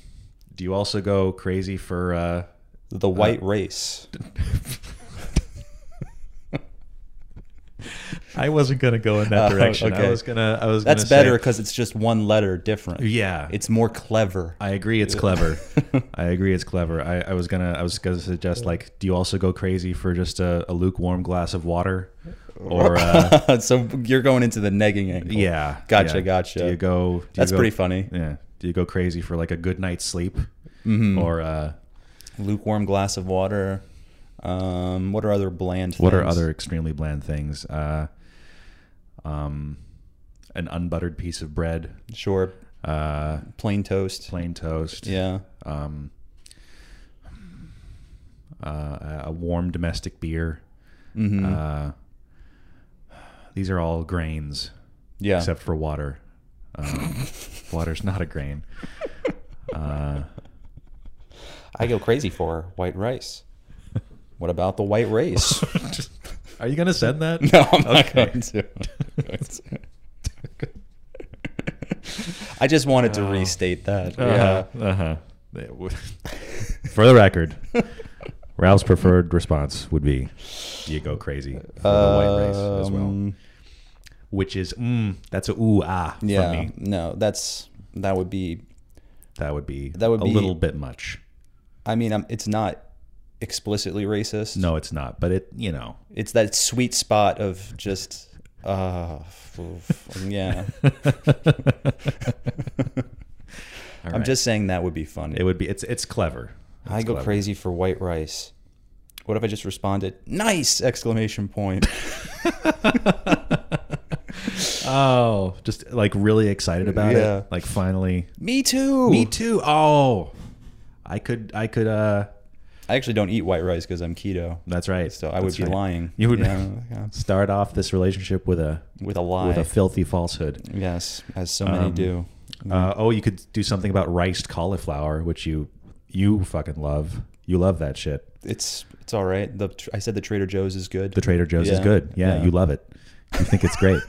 [SPEAKER 1] do you also go crazy for? Uh,
[SPEAKER 2] The white race.
[SPEAKER 1] I wasn't gonna go in that
[SPEAKER 2] [laughs] Oh,
[SPEAKER 1] direction. I
[SPEAKER 2] okay.
[SPEAKER 1] was gonna. I was.
[SPEAKER 2] That's
[SPEAKER 1] gonna say-
[SPEAKER 2] better because it's just one letter different.
[SPEAKER 1] yeah,
[SPEAKER 2] It's more clever.
[SPEAKER 1] I agree. It's clever. I agree. It's clever. I, I was gonna. I was gonna suggest like, do you also go crazy for just a, a lukewarm glass of water, or
[SPEAKER 2] [laughs]
[SPEAKER 1] uh,
[SPEAKER 2] [laughs] so you're going into the negging angle.
[SPEAKER 1] yeah,
[SPEAKER 2] Gotcha,
[SPEAKER 1] yeah.
[SPEAKER 2] gotcha.
[SPEAKER 1] Do you go? do you
[SPEAKER 2] That's
[SPEAKER 1] go-
[SPEAKER 2] pretty funny.
[SPEAKER 1] Yeah. Do you go crazy for like a good night's sleep,
[SPEAKER 2] Mm-hmm.
[SPEAKER 1] or uh,
[SPEAKER 2] Lukewarm glass of water. Um, what are other bland
[SPEAKER 1] what are
[SPEAKER 2] things?
[SPEAKER 1] other extremely bland things? Uh, um, an unbuttered piece of bread,
[SPEAKER 2] Sure.
[SPEAKER 1] uh,
[SPEAKER 2] Plain toast.
[SPEAKER 1] plain toast,
[SPEAKER 2] Yeah.
[SPEAKER 1] um, uh, a- a warm domestic beer.
[SPEAKER 2] hmm
[SPEAKER 1] Uh, these are all grains,
[SPEAKER 2] yeah.
[SPEAKER 1] except for water.
[SPEAKER 2] [laughs]
[SPEAKER 1] Um, water's not a grain. Uh,
[SPEAKER 2] I go crazy for white rice. [laughs] What about the white
[SPEAKER 1] [laughs]
[SPEAKER 2] race? [laughs]
[SPEAKER 1] are you gonna send that?
[SPEAKER 2] no, I'm not
[SPEAKER 1] Okay.
[SPEAKER 2] going to. [laughs] I just wanted to restate that.
[SPEAKER 1] Oh. Uh-huh, uh-huh. They would- for the record, [laughs] Ralph's preferred response would be, "You go crazy for the white race as well,"
[SPEAKER 2] Um,
[SPEAKER 1] which is, mm, that's a ooh ah for
[SPEAKER 2] Yeah.
[SPEAKER 1] me.
[SPEAKER 2] No, that's that would be
[SPEAKER 1] That would be
[SPEAKER 2] That would
[SPEAKER 1] a
[SPEAKER 2] be-
[SPEAKER 1] little bit much.
[SPEAKER 2] I mean, um, it's not explicitly racist.
[SPEAKER 1] No, it's not, but it you know
[SPEAKER 2] It's that sweet spot of just, uh, oof,
[SPEAKER 1] [laughs]
[SPEAKER 2] yeah. I'm just saying that would be funny.
[SPEAKER 1] it would be it's it's clever.
[SPEAKER 2] I go crazy for white rice. What if I just responded, nice!
[SPEAKER 1] [laughs]
[SPEAKER 2] Exclamation point.
[SPEAKER 1] Oh, just like really excited about
[SPEAKER 2] Yeah.
[SPEAKER 1] it. Like finally,
[SPEAKER 2] Me too!
[SPEAKER 1] me too. Oh, I could I could uh.
[SPEAKER 2] I actually don't eat white rice because I'm keto.
[SPEAKER 1] That's right.
[SPEAKER 2] So I
[SPEAKER 1] That's
[SPEAKER 2] would be
[SPEAKER 1] right.
[SPEAKER 2] lying.
[SPEAKER 1] You would [laughs]
[SPEAKER 2] Yeah, yeah.
[SPEAKER 1] start off this relationship with a
[SPEAKER 2] With a lie.
[SPEAKER 1] with a Um, filthy falsehood.
[SPEAKER 2] yes, as so many do.
[SPEAKER 1] Uh, oh, you could do something about riced cauliflower, which you you fucking love. You love that shit.
[SPEAKER 2] It's it's all right. The tr- I said the Trader Joe's is good.
[SPEAKER 1] The Trader Joe's is
[SPEAKER 2] Yeah.
[SPEAKER 1] good. Yeah,
[SPEAKER 2] Yeah. [laughs]
[SPEAKER 1] you love it. You think it's great.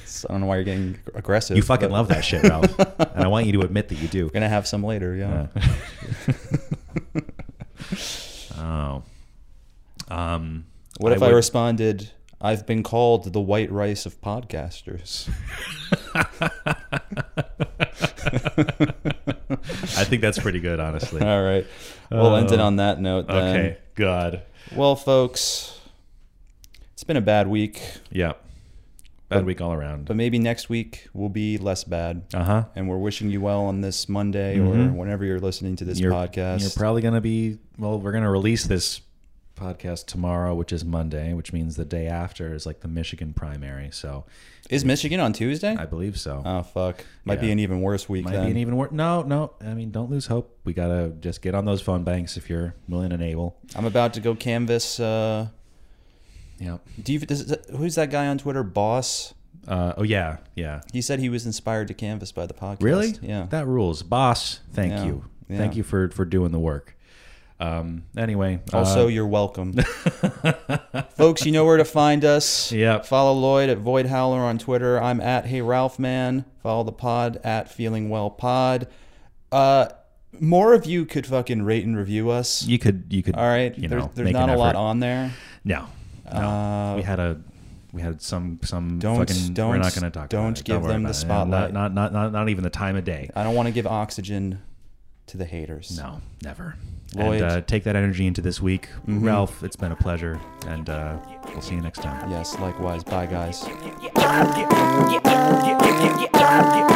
[SPEAKER 2] That's I don't know why you're getting aggressive.
[SPEAKER 1] You fucking
[SPEAKER 2] but
[SPEAKER 1] love that shit,
[SPEAKER 2] [laughs]
[SPEAKER 1] Ralph. and I want you to admit that you do.
[SPEAKER 2] We're gonna have some later. Yeah.
[SPEAKER 1] Oh. Um,
[SPEAKER 2] What if I,
[SPEAKER 1] would-
[SPEAKER 2] responded? I've been called the white rice of podcasters. [laughs]
[SPEAKER 1] I think that's pretty good,
[SPEAKER 2] [laughs]
[SPEAKER 1] honestly.
[SPEAKER 2] All right. We'll end it on that note then.
[SPEAKER 1] Oh. Okay. God.
[SPEAKER 2] Well, folks, it's been a bad week,
[SPEAKER 1] Yeah. Bad week all around.
[SPEAKER 2] but maybe next week will be less bad.
[SPEAKER 1] Uh huh.
[SPEAKER 2] And we're wishing you well on this Monday or whenever you're listening to this
[SPEAKER 1] You're-
[SPEAKER 2] podcast.
[SPEAKER 1] You're probably going to be, well, we're going to release this podcast tomorrow, which is Monday, which means the day after is like the Michigan primary. So
[SPEAKER 2] Is Michigan on Tuesday?
[SPEAKER 1] I believe so.
[SPEAKER 2] oh, fuck. Might be
[SPEAKER 1] Yeah.
[SPEAKER 2] an even worse week
[SPEAKER 1] Might
[SPEAKER 2] then.
[SPEAKER 1] be an even worse. No, no. I mean, don't lose hope. We got to just get on those phone banks if you're willing and able.
[SPEAKER 2] I'm about to go canvas. Uh,
[SPEAKER 1] Yeah.
[SPEAKER 2] do you, does, who's that guy on Twitter? Boss.
[SPEAKER 1] Uh, oh, yeah. Yeah.
[SPEAKER 2] He said he was inspired to canvas by the podcast.
[SPEAKER 1] Really?
[SPEAKER 2] Yeah.
[SPEAKER 1] That rules. Boss, thank
[SPEAKER 2] Yeah.
[SPEAKER 1] you.
[SPEAKER 2] Yeah.
[SPEAKER 1] Thank you for for doing the work. Um anyway,
[SPEAKER 2] Also,
[SPEAKER 1] uh,
[SPEAKER 2] you're
[SPEAKER 1] [laughs]
[SPEAKER 2] welcome. Folks, you know where to find us.
[SPEAKER 1] Yep.
[SPEAKER 2] Follow Lloyd at Void Howler on Twitter. I'm at Hey Ralph Man. Follow the pod at Feeling Well Pod. Uh, more of you could fucking rate and review us.
[SPEAKER 1] you could you could
[SPEAKER 2] All right.
[SPEAKER 1] you
[SPEAKER 2] there's
[SPEAKER 1] know,
[SPEAKER 2] there's
[SPEAKER 1] make
[SPEAKER 2] not
[SPEAKER 1] an
[SPEAKER 2] a lot
[SPEAKER 1] effort.
[SPEAKER 2] on there.
[SPEAKER 1] No. No.
[SPEAKER 2] Uh,
[SPEAKER 1] we had a we had some some
[SPEAKER 2] Don't-
[SPEAKER 1] fucking we're
[SPEAKER 2] don't-
[SPEAKER 1] not going to talk
[SPEAKER 2] don't
[SPEAKER 1] about it.
[SPEAKER 2] give
[SPEAKER 1] worry
[SPEAKER 2] them the
[SPEAKER 1] about it. Yeah,
[SPEAKER 2] spotlight.
[SPEAKER 1] Not, not not not even the time of day.
[SPEAKER 2] I don't want to give oxygen to the haters.
[SPEAKER 1] No, never.
[SPEAKER 2] Lloyd.
[SPEAKER 1] And uh, take that energy into this week. Ralph, it's been a pleasure and uh, we'll see you next time.
[SPEAKER 2] Yes, likewise. Bye, guys.
[SPEAKER 6] Yeah.